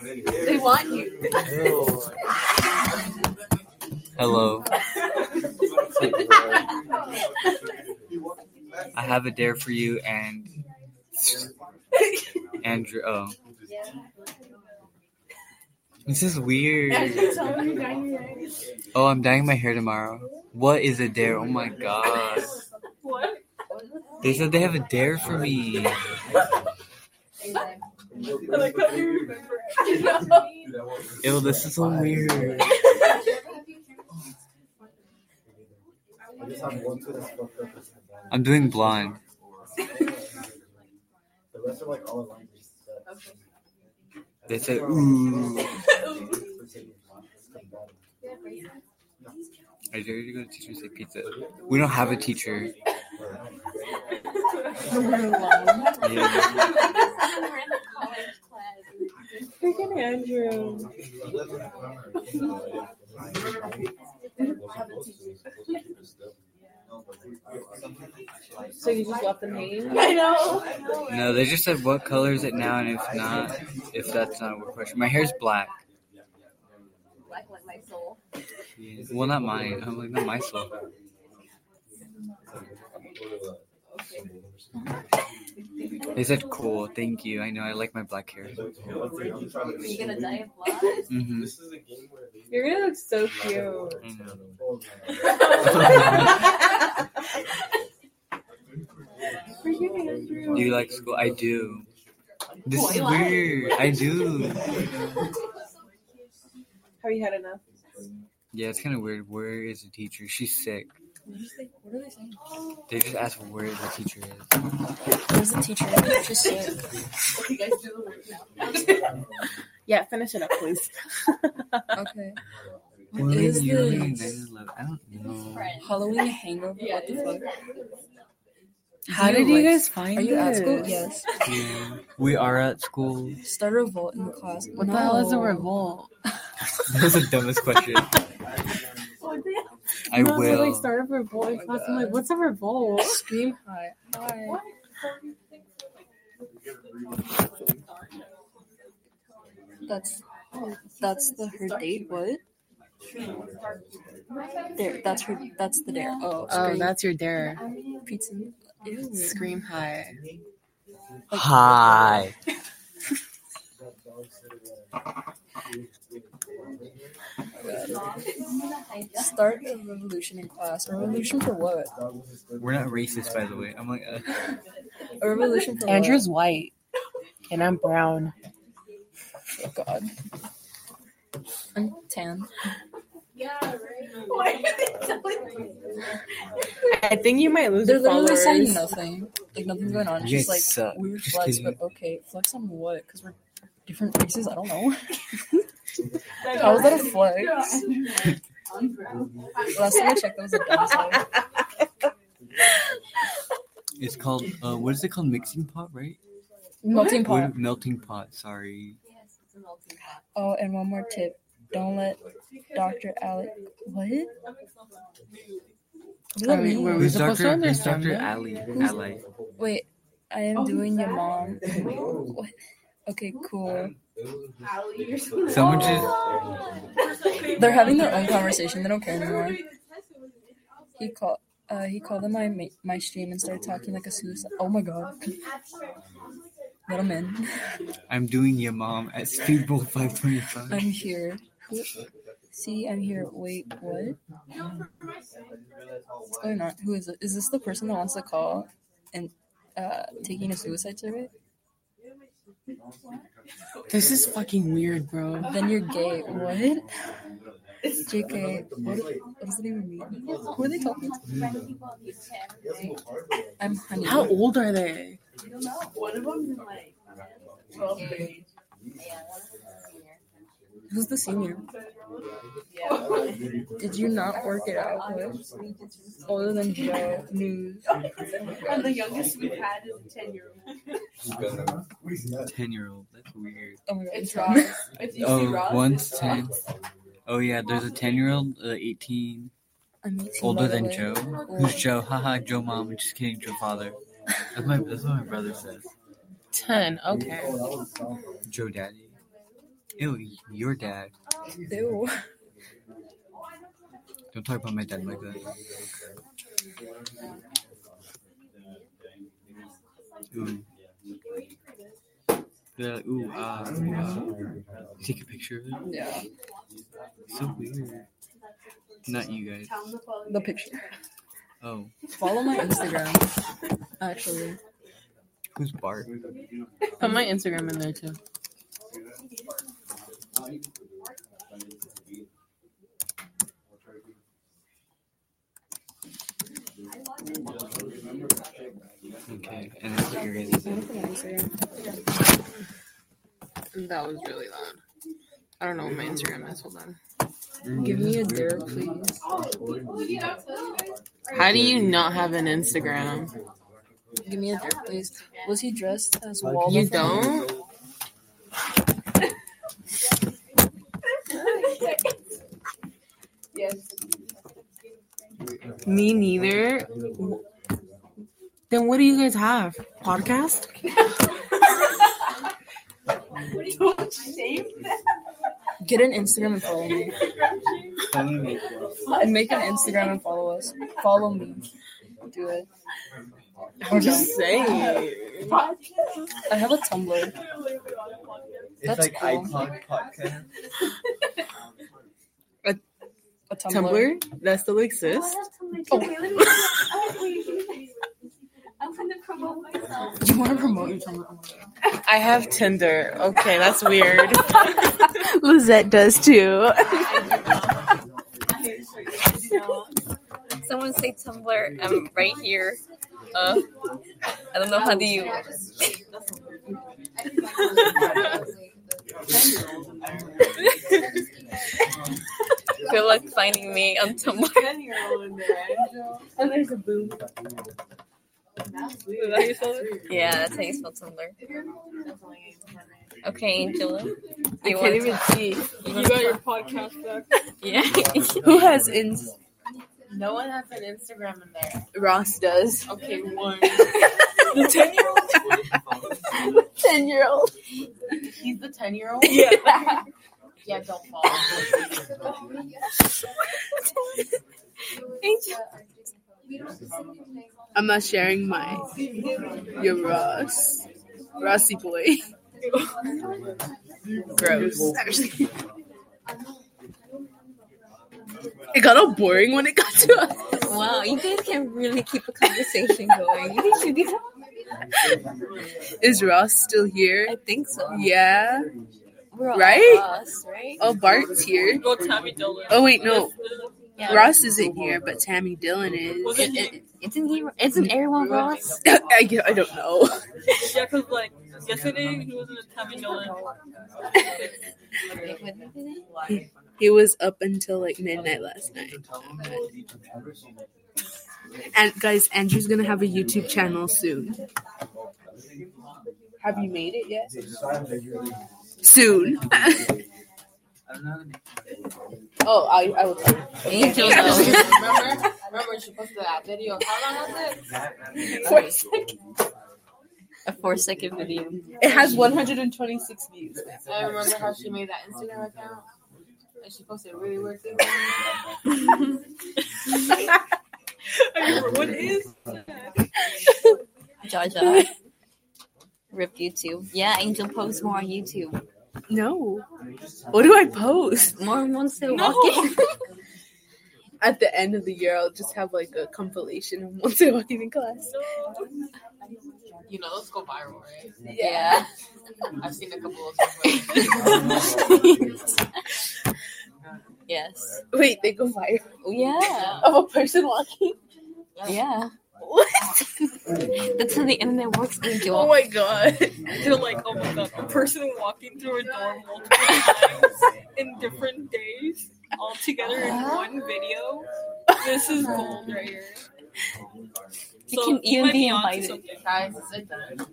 Speaker 1: They want you.
Speaker 4: Hello. I have a dare for you and Andrew. Oh. This is weird. Oh, I'm dyeing my hair tomorrow. What is a dare? Oh my god.
Speaker 2: What?
Speaker 4: They said they have a dare for me.
Speaker 2: I like how you remember.
Speaker 4: Ew, this is so weird. I'm doing blonde. They said, ooh. I dare you to go to teacher's at pizza. We don't have a teacher. Yeah.
Speaker 6: So you just got the name?
Speaker 1: I know.
Speaker 4: No, they just said what color is it now, and if not, if that's not a word question. My hair's black.
Speaker 3: Black like my soul.
Speaker 4: Well, not mine. I'm like, not my soul. They said, cool, thank you. I know, I like my black hair.
Speaker 3: Are you gonna die of blood?
Speaker 4: hmm
Speaker 6: You're gonna look so cute. Mm-hmm.
Speaker 4: Do you like school? I do. This is weird. I do.
Speaker 6: Have you had enough?
Speaker 4: Yeah, it's kind of weird. Where is the teacher? She's sick. They just asked where the teacher is.
Speaker 3: There's a teacher. Interesting.
Speaker 6: Yeah, finish it up, please.
Speaker 7: Okay.
Speaker 4: Where
Speaker 7: is
Speaker 4: you
Speaker 7: this?
Speaker 4: in 9/11? I don't know.
Speaker 7: Halloween hangover? What the fuck?
Speaker 1: How did you guys
Speaker 7: Are
Speaker 1: find
Speaker 7: you at school?
Speaker 1: this?
Speaker 7: Yes.
Speaker 4: Yeah. We are at school.
Speaker 7: Start a revolt in the class.
Speaker 1: What the hell is a
Speaker 7: No.
Speaker 1: revolt?
Speaker 4: That was the dumbest question. I will.
Speaker 6: a revolt in class. I'm like, what's a revolt?
Speaker 7: Scream high. Hi. That's that's the her date. What? There. That's her. That's the dare. Oh.
Speaker 5: Oh,
Speaker 7: scream.
Speaker 5: that's your dare.
Speaker 7: pizza. Ew.
Speaker 5: Scream high.
Speaker 4: Hi.
Speaker 7: Start a revolution in class. A revolution for what?
Speaker 4: We're not racist, by the way. I'm like, uh,
Speaker 7: A revolution for
Speaker 1: Andrew's white.
Speaker 7: what?
Speaker 6: and I'm brown.
Speaker 1: Oh God.
Speaker 3: I'm tan.
Speaker 6: I think you might lose
Speaker 1: They're
Speaker 6: your
Speaker 1: literally
Speaker 6: followers.
Speaker 1: saying nothing. Like nothing going on. It's
Speaker 4: You
Speaker 1: just like
Speaker 4: guys suck.
Speaker 1: weird
Speaker 4: Just
Speaker 1: flex,
Speaker 4: kidding.
Speaker 1: but okay. Flex on what? Because we're different races? I don't know.
Speaker 2: I
Speaker 1: How is that a flex? Last time I checked, that was a dumb side.
Speaker 4: It's called uh, what is it called? Mixing pot, right?
Speaker 1: Melting pot.
Speaker 4: What- Melting pot. Sorry.
Speaker 1: Oh, and one more tip. Don't let Dr. Alec. What? What
Speaker 7: I mean, we're-
Speaker 4: Who's
Speaker 6: supposed to
Speaker 4: Doctor? Who's
Speaker 6: understand
Speaker 4: Doctor
Speaker 6: that.
Speaker 4: Ali?
Speaker 1: Who's-
Speaker 4: Ali.
Speaker 1: Wait, I am doing your mom. What? Okay, cool.
Speaker 4: Someone just.
Speaker 1: They're having their own conversation. They don't care anymore. He called. Uh, he called on my ma- my stream and started talking like a suicide. Oh my god, little man,
Speaker 4: I'm doing your mom at Speedball
Speaker 1: I'm
Speaker 4: 525.
Speaker 1: here. Who- See, I'm here. Wait, what? What's going on? Who is it? Is this the person that wants to call and uh taking a suicide survey?
Speaker 6: This is fucking weird, bro.
Speaker 1: Then you're gay. What? JK, what, what does that even mean? Who are they talking to? I'm honey.
Speaker 6: How old are they?
Speaker 1: Who's the senior? Did you not work it out with older than Joe news?
Speaker 2: And the youngest we've had is a 10 year old.
Speaker 4: 10 year old. That's weird.
Speaker 1: Oh my god,
Speaker 2: It's
Speaker 1: Rob.
Speaker 2: Ross. If you see
Speaker 4: Oh,
Speaker 2: Ross,
Speaker 4: one's
Speaker 2: it's
Speaker 4: 10.
Speaker 2: Ross.
Speaker 4: Oh, yeah, there's a 10 year old, uh, 18,
Speaker 1: I'm 18, by
Speaker 4: older
Speaker 1: the
Speaker 4: than
Speaker 1: way.
Speaker 4: Joe. Who's Joe? Haha, Joe mom. Just kidding, Joe father. That's, my, that's what my brother says.
Speaker 6: Ten. Okay.
Speaker 4: Joe daddy. Ew, your dad.
Speaker 1: Ew.
Speaker 4: Don't talk about my dad like that. Ooh. The, ooh, uh, ooh, uh, take a picture of it.
Speaker 1: Yeah,
Speaker 4: So weird. Not you guys.
Speaker 1: the picture.
Speaker 4: Oh,
Speaker 1: Follow my Instagram. Actually,
Speaker 4: who's Bart?
Speaker 6: Put my Instagram in there too.
Speaker 4: Okay, and that's what you're gonna say.
Speaker 6: That was really loud. I don't know what my Instagram is. Hold on.
Speaker 1: give me a dare, please.
Speaker 6: How do you not have an Instagram?
Speaker 1: Give me a dare, please. Was he dressed as Waldo?
Speaker 6: You
Speaker 1: from-
Speaker 6: don't? Me neither. Then what do you guys have? Podcast?
Speaker 2: Don't shame that.
Speaker 1: Get an Instagram and follow me. Make an Instagram and follow us. Follow me. Do it. Or
Speaker 6: I'm just
Speaker 1: don't.
Speaker 6: saying.
Speaker 1: I have a Tumblr. That's cool.
Speaker 4: podcast.
Speaker 1: A Tumblr.
Speaker 6: Tumblr? That still exists?
Speaker 8: I'm gonna promote myself.
Speaker 1: You want to promote your Tumblr? Oh my God.
Speaker 6: I have Tinder. Okay, that's weird.
Speaker 7: Lizette does too.
Speaker 3: Someone say Tumblr. I'm right here. Uh, I don't know how do you. Good luck finding me on Tumblr.
Speaker 1: Oh,
Speaker 2: And there's a boom.
Speaker 3: Yeah, that's how you spell Tumblr. Okay, Angela. You
Speaker 6: I
Speaker 3: want
Speaker 6: can't even see.
Speaker 3: You
Speaker 2: You
Speaker 3: want
Speaker 2: got your podcast uh, back.
Speaker 3: Yeah.
Speaker 7: Who has ins?
Speaker 8: No one has an Instagram in there.
Speaker 7: Ross does.
Speaker 2: Okay, one.
Speaker 7: The ten year old. Ten year old.
Speaker 8: He's the 10 year old?
Speaker 7: Yeah.
Speaker 8: Yeah, don't follow.
Speaker 7: I'm not sharing my. Your Ross. Rossy boy. Gross. Actually. It got all boring when it got to us.
Speaker 3: wow, you guys can really keep a conversation going. You guys should be
Speaker 1: Is Ross still
Speaker 3: I
Speaker 1: here?
Speaker 3: think so.
Speaker 1: Yeah.
Speaker 3: We're all
Speaker 1: Right?
Speaker 3: Us, right?
Speaker 1: Oh, Bart's here.
Speaker 2: Well, Tammy Dillon.
Speaker 1: Oh, wait, no.
Speaker 3: Yeah.
Speaker 1: Ross isn't here, but Tammy Dillon is.
Speaker 3: It, it, isn't he? Isn't everyone Ross?
Speaker 1: I, gue- I don't know.
Speaker 2: Yeah, because, like, yesterday he was in a Tammy Dillon.
Speaker 3: Wait, what did he say?
Speaker 1: He was up until like midnight last night. And guys, Andrew's gonna have a YouTube channel soon. Have you made it yet? Soon. oh, I, I will. Tell
Speaker 3: Angel.
Speaker 6: remember, remember she posted that video. How long was it?
Speaker 1: you.
Speaker 3: a four-second video.
Speaker 1: It has 126 views.
Speaker 6: I remember how she made that Instagram account. And she posted really weird things.
Speaker 2: What is?
Speaker 3: Jaja. Rip YouTube. Yeah, Angel posts more on YouTube.
Speaker 1: No. What do I post?
Speaker 3: More once they're
Speaker 2: No.
Speaker 3: walking.
Speaker 1: At the end of the year, I'll just have like a compilation of once I walk in class.
Speaker 6: You know, those go viral, right?
Speaker 3: yeah.
Speaker 6: I've seen a couple of times.
Speaker 3: yes. Oh,
Speaker 1: Wait, they go viral
Speaker 3: Yeah.
Speaker 1: of a person walking.
Speaker 3: Yeah.
Speaker 1: What?
Speaker 3: That's how the internet works, Angel.
Speaker 1: Oh my god.
Speaker 2: They're like, oh my god, a person walking through a door multiple times in different days, all together in one video. This is gold right here.
Speaker 3: You can even
Speaker 2: might
Speaker 3: be
Speaker 2: onto
Speaker 3: invited.
Speaker 2: something.
Speaker 6: Guys, is it done?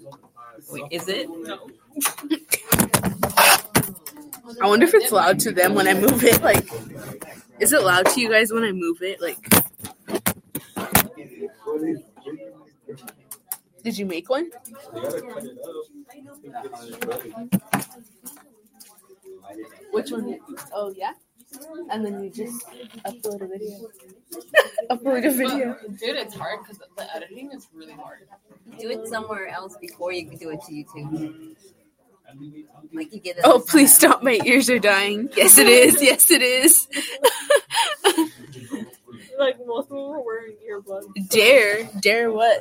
Speaker 3: Wait, is it?
Speaker 2: No.
Speaker 1: I wonder if it's loud to them when I move it. Like, is it loud to you guys when I move it? Like, did you make one? Which one? Oh yeah. And then you just upload a video. upload a video.
Speaker 6: But, dude, it's hard because the editing is really hard.
Speaker 3: Do it somewhere else before you can do it to YouTube. Like you get it.
Speaker 1: Oh please stop! My ears are dying. Yes it is. Yes it is.
Speaker 2: Like, most of them were wearing earbuds.
Speaker 1: Dare? Dare what?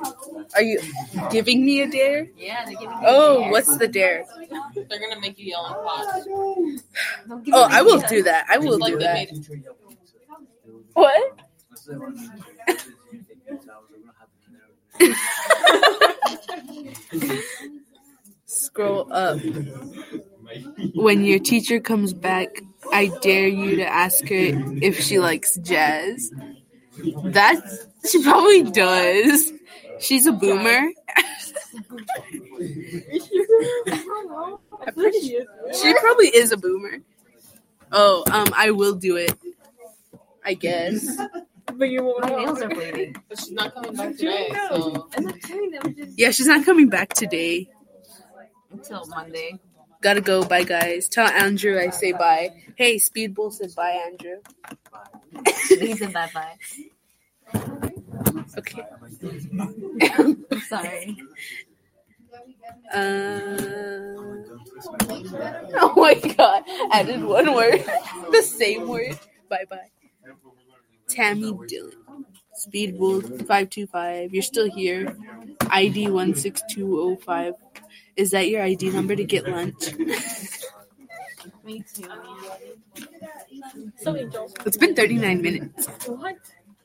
Speaker 1: Are you giving me a dare?
Speaker 3: Yeah, they're giving you
Speaker 1: Oh,
Speaker 3: hair.
Speaker 1: what's the dare?
Speaker 6: They're gonna make you yell and class.
Speaker 3: Don't give
Speaker 1: Oh,
Speaker 3: me
Speaker 1: I will
Speaker 3: hair.
Speaker 1: do that. I will
Speaker 6: Like
Speaker 1: do
Speaker 6: they
Speaker 1: that.
Speaker 6: made
Speaker 1: What? Scroll up. When your teacher comes back, I dare you to ask her if she likes jazz. That's she probably does. She's a boomer.
Speaker 2: I think she is.
Speaker 1: She probably is a boomer. Oh, um, I will do it. I guess.
Speaker 2: But you won't
Speaker 3: My
Speaker 2: know.
Speaker 3: nails are bleeding.
Speaker 6: but she's not coming back
Speaker 2: Do you
Speaker 6: today.
Speaker 2: know?
Speaker 6: So
Speaker 1: Yeah, she's not coming back today.
Speaker 3: Until Monday.
Speaker 1: Gotta go. Bye, guys. Tell Andrew I say bye. Hey, Speedball said bye, Andrew.
Speaker 3: He said bye bye.
Speaker 1: Okay.
Speaker 3: Sorry.
Speaker 1: Uh... Oh my god. Added one word. the same word. Bye bye. Tammy Dillon. Speedbull 525. You're still here. ID 16205. Is that your ID number to get lunch?
Speaker 3: Me too.
Speaker 2: So angels.
Speaker 1: It's been 39 minutes.
Speaker 2: What?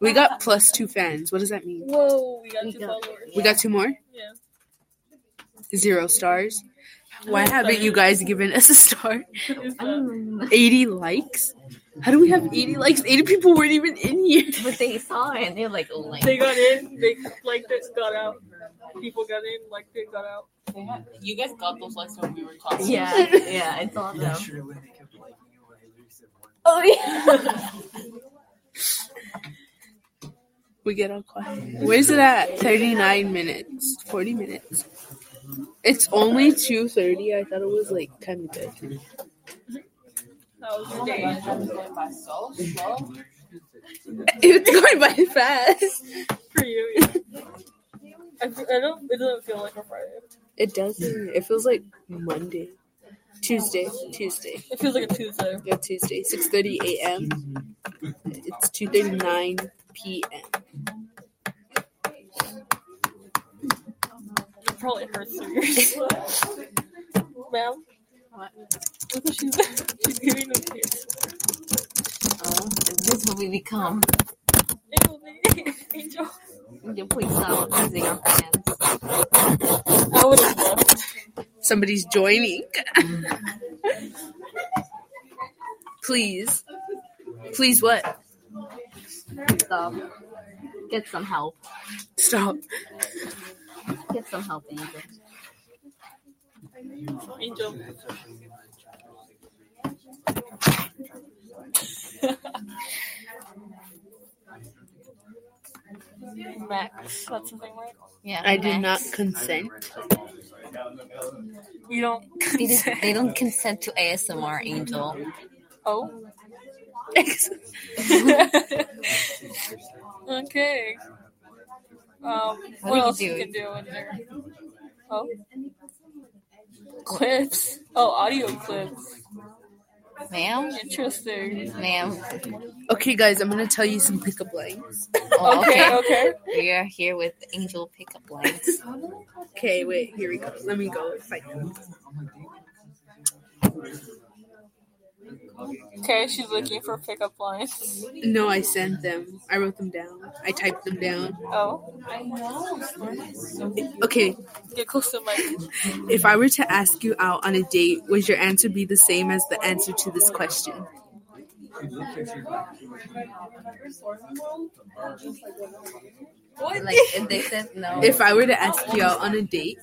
Speaker 1: We got plus two fans. What does that mean?
Speaker 2: Whoa, we got
Speaker 3: We
Speaker 2: two
Speaker 3: got-
Speaker 2: followers.
Speaker 1: We got two more?
Speaker 2: Yeah.
Speaker 1: Zero stars. Why haven't you guys given us a star?
Speaker 2: Is that-
Speaker 3: I don't know.
Speaker 1: 80 likes? How do we have 80 likes? 80 people weren't even in here.
Speaker 3: But they saw it and they're like, oh my
Speaker 2: They got in, they liked it, got out. People got in, liked it, got out.
Speaker 6: they had, you guys got those likes when we were talking.
Speaker 3: Yeah, yeah, I saw them.
Speaker 1: Oh, yeah. we get all quiet. Where's it at? 39 minutes. 40 minutes. It's only 2.30. I thought it was like 10 good.
Speaker 2: How was
Speaker 6: Oh my
Speaker 2: your day?
Speaker 6: God, that was going by so slow.
Speaker 1: It's going by fast.
Speaker 2: For you, yeah. I, f- I don't, it doesn't feel like a Friday.
Speaker 1: It doesn't. It feels like Monday. Tuesday. Tuesday.
Speaker 2: It feels like a Tuesday.
Speaker 1: Yeah, Tuesday, 6.30 a.m. It's 2.39 p.m.
Speaker 2: probably hurts through yours. Ma'am?
Speaker 1: What?
Speaker 2: Look what she's, she's giving us here.
Speaker 3: Oh, is this what we become?
Speaker 2: It'll be angel.
Speaker 3: Would you please stop using our fans?
Speaker 2: I would have loved
Speaker 1: Somebody's joining. Please. Please what?
Speaker 3: Stop. Get some help.
Speaker 1: Stop.
Speaker 3: Get some help, Angel.
Speaker 2: angel. Max, that's the thing, right?
Speaker 3: Yeah.
Speaker 1: I did not
Speaker 3: Max.
Speaker 1: consent.
Speaker 2: We don't.
Speaker 3: They, just, they don't consent to ASMR, Angel.
Speaker 2: Oh. okay. Um, what,
Speaker 3: do you
Speaker 2: else
Speaker 3: do?
Speaker 2: you can do in there? Oh. Clips. Oh, audio clips.
Speaker 3: Ma'am?
Speaker 2: Interesting.
Speaker 3: Ma'am.
Speaker 1: Okay guys, I'm gonna tell you some pickup lines.
Speaker 3: Oh,
Speaker 2: Okay, okay.
Speaker 3: We are here with Angel Pickup Lines.
Speaker 1: Okay, wait, here we go. Let me go find them.
Speaker 2: Okay, she's looking for pickup lines.
Speaker 1: No, I sent them. I wrote them down. I typed them down.
Speaker 2: Oh.
Speaker 1: Okay,
Speaker 2: Get close to my.
Speaker 1: If I were to ask you out on a date, would your answer be the same as the answer to this question?
Speaker 3: Like, if they said no.
Speaker 1: If I were to ask you out on a date,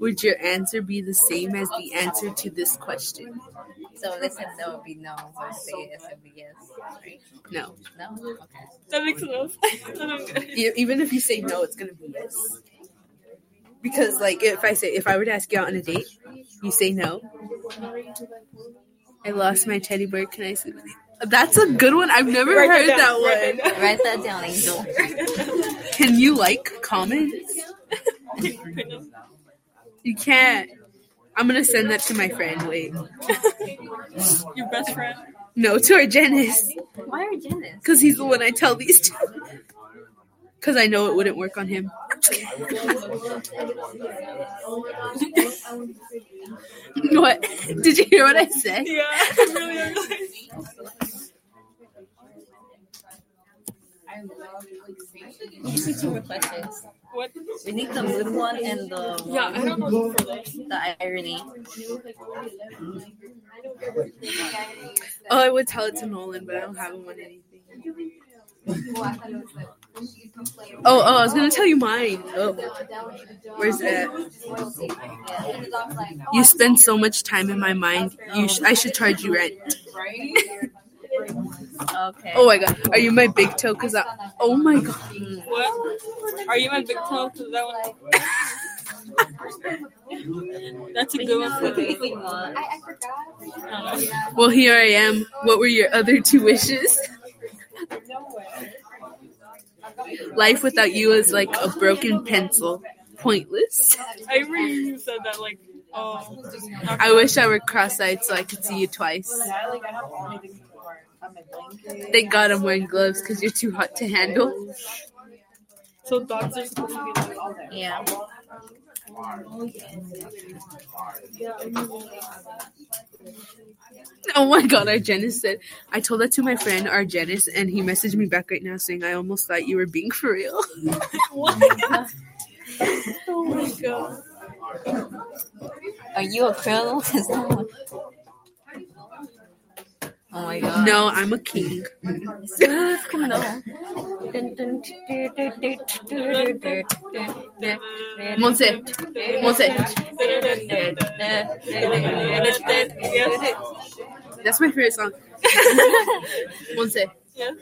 Speaker 1: would your answer be the same as the answer to this question?
Speaker 3: so they said no, it'd be no. So if they yes, it'd be yes.
Speaker 1: No.
Speaker 3: No? Okay.
Speaker 2: That makes sense. okay.
Speaker 1: E- even if you say no, it's going to be yes. Because, like, if I say, if I were to ask you out on a date, you say no. I lost my teddy bear. Can I sleep with you? That's a good one. I've never
Speaker 2: Write that
Speaker 1: heard
Speaker 2: down,
Speaker 1: that
Speaker 2: write
Speaker 1: one.
Speaker 3: Write that down, Angel.
Speaker 1: Can you like comments? You can't. I'm gonna send that to my friend. Wait,
Speaker 2: Your best friend.
Speaker 1: no, to our Janice,
Speaker 3: Why are Janice?
Speaker 1: because he's the one I tell these to. Because I know it wouldn't work on him. what? Did you hear what I said?
Speaker 2: Yeah, I really am.
Speaker 3: Just need two more questions.
Speaker 2: What?
Speaker 3: We need the mood one and the one,
Speaker 2: Yeah, I don't know for this.
Speaker 3: the irony.
Speaker 1: Oh, I would tell it to Nolan, but I don't have him on anything. Oh, oh, I was gonna tell you mine. Oh, where's that? You spend so much time in my mind. You, sh- I should charge you rent.
Speaker 3: Okay.
Speaker 1: Oh my god, are you my big toe? Cause I, oh my god,
Speaker 3: Mm.
Speaker 2: What? Are you my big toe? Is that one? That's a good one for
Speaker 3: If
Speaker 2: me. Uh,
Speaker 3: we want.
Speaker 1: well here I am. What were your other two wishes? Life without you is like a broken pencil, pointless.
Speaker 2: I remember you said that like, oh,
Speaker 1: I wish I were cross-eyed so I could see you twice. Thank God I'm wearing gloves because you're too hot to handle.
Speaker 2: so dogs are supposed to be like,
Speaker 3: Yeah.
Speaker 1: Oh my God, Argenis said. I told that to my friend Argenis, and he messaged me back right now saying I almost thought you were being for real.
Speaker 2: oh my god.
Speaker 3: Are you a criminal? 'Cause I'm like- Oh my god.
Speaker 1: No, I'm a king. Monse, Monse.
Speaker 2: uh, Yes.
Speaker 1: That's my favorite song. Monse,
Speaker 2: Yes.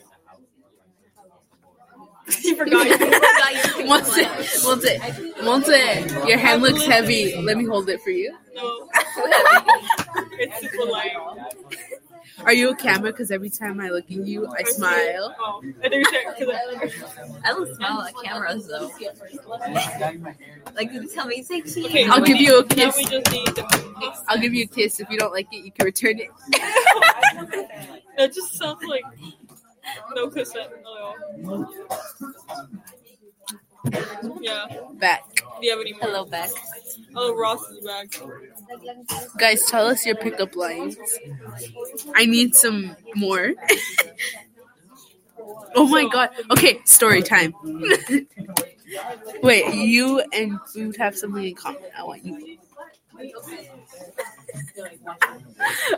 Speaker 2: You forgot. You
Speaker 1: Monse, Monse, Monse. Your hand looks heavy. Let me hold it for you.
Speaker 2: No. it's super light.
Speaker 1: Are you a camera? Because every time I look at you, I smile.
Speaker 2: Oh, I think it's because
Speaker 3: I don't smile at cameras though. Like they tell me, say cheese.
Speaker 2: okay.
Speaker 1: I'll give you
Speaker 2: Now
Speaker 1: a kiss.
Speaker 2: we just need the
Speaker 1: I'll give you a kiss. If you don't like it, you can return it.
Speaker 2: That just sounds like no consent at all. Yeah.
Speaker 1: Back.
Speaker 9: Do you have any more?
Speaker 3: Hello, Beck.
Speaker 9: Oh, Ross is back.
Speaker 1: Guys, tell us your pickup lines. I need some more. oh my god. Okay, story time. Wait, you and food have something in common. I want you.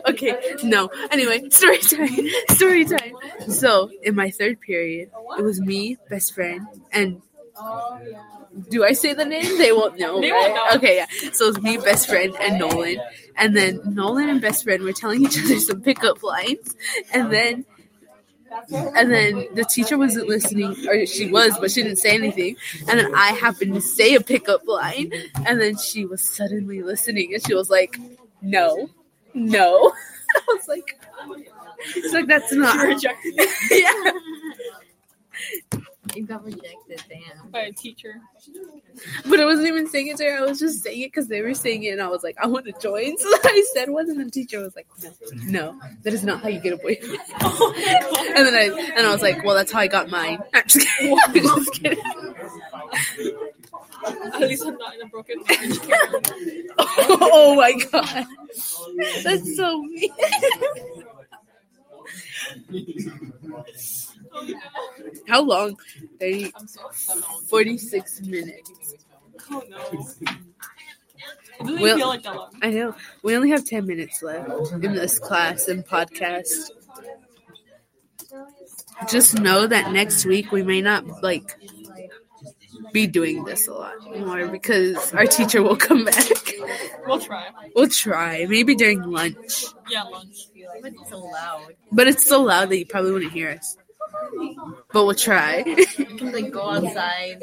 Speaker 1: okay, no. Anyway, story time. Story time. So, in my third period, it was me, best friend, and do I say the name? They won't know.
Speaker 9: They won't
Speaker 1: right?
Speaker 9: know.
Speaker 1: Okay, yeah. So it's me, best friend, and Nolan. And then Nolan and best friend were telling each other some pickup lines. And then and then the teacher wasn't listening, or she was, but she didn't say anything. And then I happened to say a pickup line, and then she was suddenly listening, and she was like, "No, no." I was like, "She's like, that's not." She rejected. yeah.
Speaker 3: You got rejected, damn.
Speaker 9: By a teacher.
Speaker 1: But I wasn't even saying it to her. I was just saying it because they were saying it, and I was like, I want to join. So I said one, and the teacher was like, No, no, that is not how you get a boyfriend. and then I and I was like, Well, that's how I got mine. I'm just kidding. I'm just kidding.
Speaker 9: At least I'm not in a broken marriage.
Speaker 1: oh my god, that's so mean. How long? 30, 46 minutes.
Speaker 9: Oh no. It doesn't
Speaker 1: Well-
Speaker 9: feel like that long.
Speaker 1: I know. We only have 10 minutes left in this class and podcast. Just know that next week we may not like be doing this a lot more because our teacher will come back.
Speaker 9: We'll try.
Speaker 1: We'll try, maybe during lunch.
Speaker 9: Yeah, lunch.
Speaker 3: It's so loud.
Speaker 1: But it's so loud that you probably wouldn't hear us. But we'll try.
Speaker 3: You can like go outside,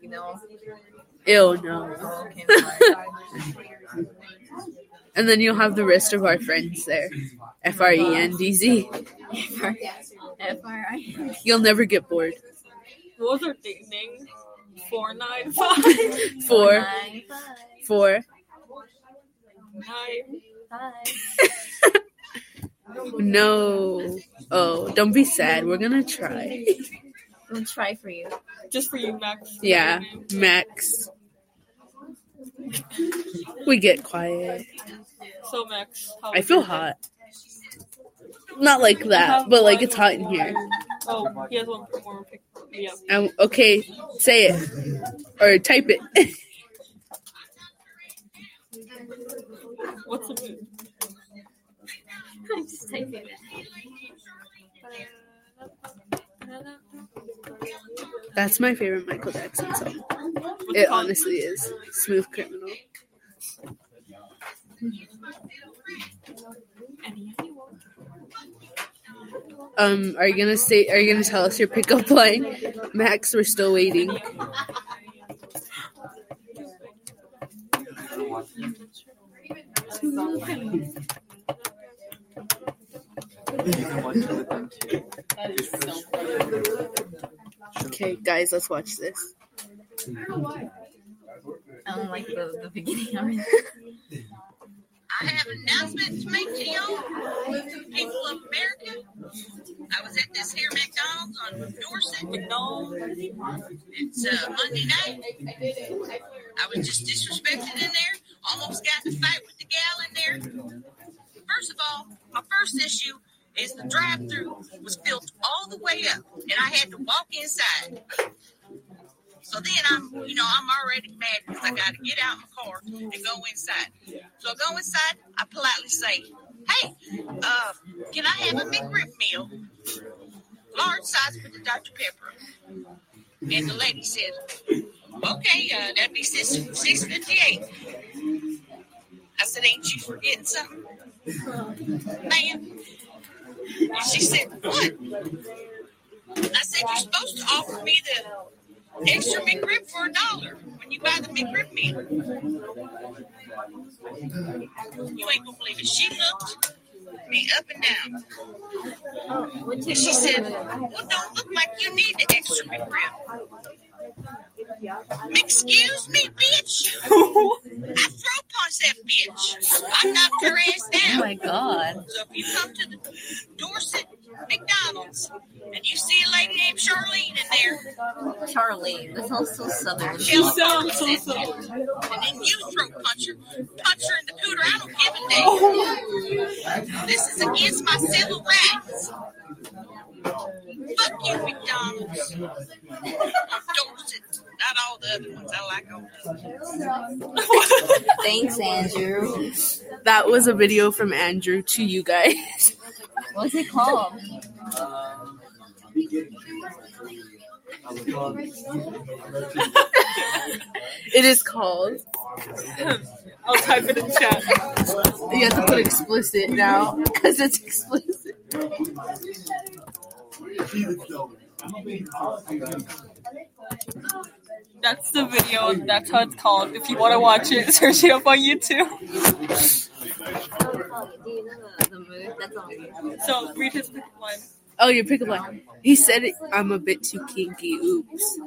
Speaker 3: you know.
Speaker 1: Ew, no.
Speaker 3: smoke and,
Speaker 1: And then you'll have the rest of our friends there. F R E N D Z.
Speaker 3: like, FYI.
Speaker 1: You'll never get bored.
Speaker 9: What was our date name? Four nine five
Speaker 1: Four,
Speaker 3: Bye.
Speaker 1: four,
Speaker 9: nine.
Speaker 3: Bye.
Speaker 1: No. Oh, don't be sad. We're gonna try.
Speaker 3: We'll try for you.
Speaker 9: Just for you, Max.
Speaker 1: Yeah, Max. We get quiet.
Speaker 9: So Max. How
Speaker 1: I feel hot. Not like that, but like it's hot in here.
Speaker 9: Oh, he has one more pick. Yeah.
Speaker 1: i okay, say it or type it.
Speaker 9: What's the mood?
Speaker 3: I'm just typing that.
Speaker 1: That's my favorite Michael Jackson song.
Speaker 9: What's
Speaker 1: It
Speaker 9: called?
Speaker 1: honestly is Smooth Criminal. Um, are you gonna say? Are you gonna tell us your pickup line, Max? We're still waiting. Okay, guys, let's watch this.
Speaker 3: I don't like the, the beginning. I mean,
Speaker 6: I have an announcement to make to y'all, people of America. I was at this here McDonald's on Dorset. McDonald's. It's uh, Monday night. I was just disrespected in there. Almost got in a fight with the gal in there. First of all, my first issue is the drive-through was filled all the way up, and I had to walk inside. So then I'm, you know, I'm already mad because I got to get out my car and go inside. So I go inside. I politely say, "Hey, uh, can I have a McRib meal, large size with the Dr Pepper?" And the lady said, "Okay, uh, that'd be six six fifty eight. I said, "Ain't you forgetting something, ma'am?" And she said, "What?" I said, "You're supposed to offer me the." extra McRib for a dollar when you buy the McRib meal. You ain't gonna believe it. She looked me up and down. And she said, Well, don't look like you need the extra McRib. Excuse me, bitch. I throw punch that bitch. I knocked her ass
Speaker 3: oh
Speaker 6: down.
Speaker 3: my god.
Speaker 6: So if you come to the Dorset McDonald's and you see a lady named Charlene in there,
Speaker 3: Charlie. That's also southern.
Speaker 6: She
Speaker 9: sounds so southern.
Speaker 6: and then you throw puncher, puncher in the cooter. I don't give a damn. This is against my civil rights. Fuck you, McDonald's. Or Dorset. Not all the other ones. I like all the other ones.
Speaker 3: Thanks, Andrew.
Speaker 1: That was a video from Andrew to you guys.
Speaker 3: What's it called?
Speaker 1: It is called.
Speaker 9: I'll type it in chat.
Speaker 1: You have to put explicit now because it's explicit.
Speaker 9: That's the video. That's how it's called. If you want to watch it, search it up on YouTube.
Speaker 3: Do you know the, the move? That's all.
Speaker 9: So read his one.
Speaker 1: Oh, your pickup line. He said, it, "I'm a bit too kinky." Oops.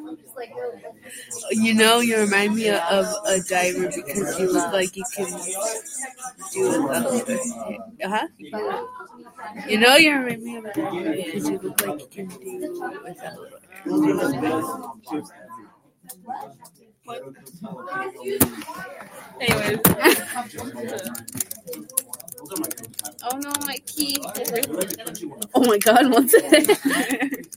Speaker 1: You know, you remind me of a diver because you look like you can do it. Uh huh. Uh-huh. You know, you remind me of a diver because you look like you can do it.
Speaker 9: Anyways,
Speaker 3: Oh no, my key.
Speaker 1: Oh my God! What's it?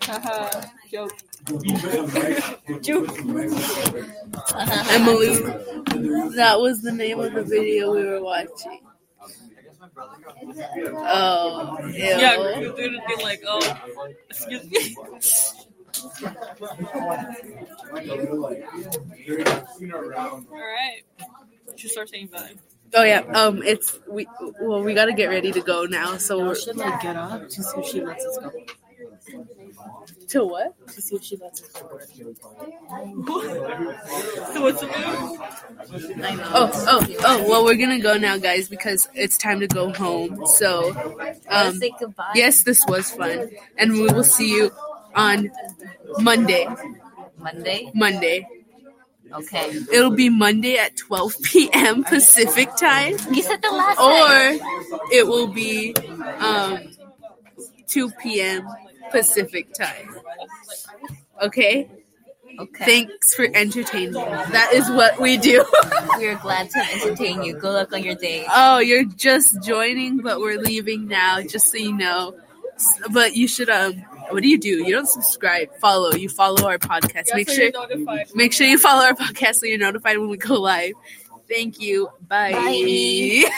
Speaker 9: haha, Uh-huh. joke.
Speaker 1: Emily. That was the name of the video we were watching. Oh, ew.
Speaker 9: Yeah, you're gonna be like, oh, excuse me. All right. You should start saying bye.
Speaker 1: Oh yeah. Um, it's we. Well, we gotta get ready to go now. So
Speaker 10: Y'all
Speaker 1: we're,
Speaker 10: should like get up to see if she lets us go.
Speaker 1: to what?
Speaker 10: To see if she lets us go.
Speaker 9: So what's the move?
Speaker 1: Oh, oh, oh. Well, we're gonna go now, guys, because it's time to go home. So,
Speaker 3: Let's
Speaker 1: um,
Speaker 3: say goodbye.
Speaker 1: yes, this was fun, and we will see you on Monday.
Speaker 3: Monday.
Speaker 1: Monday.
Speaker 3: Okay.
Speaker 1: It'll be Monday at 12 p.m. Pacific time,
Speaker 3: You said the last
Speaker 1: or it will be um 2 p.m. Pacific time. Okay.
Speaker 3: name. Okay.
Speaker 1: Thanks for entertaining. That is what we do.
Speaker 3: we are glad to entertain you. Good luck on your day.
Speaker 1: Oh, you're just joining, but we're leaving now, just so you know. S- But you should um, what do you do? You don't subscribe, follow. You follow our podcast.
Speaker 9: Yeah,
Speaker 1: Make
Speaker 9: so
Speaker 1: sure
Speaker 9: you're notified.
Speaker 1: make sure you follow our podcast so you're notified when we go live. Thank you. Bye.
Speaker 3: Bye.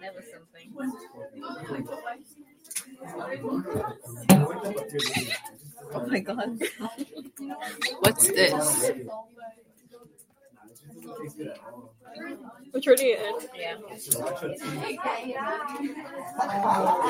Speaker 3: That was something. Oh my god.
Speaker 1: What's this?
Speaker 9: Which already end.
Speaker 3: Yeah.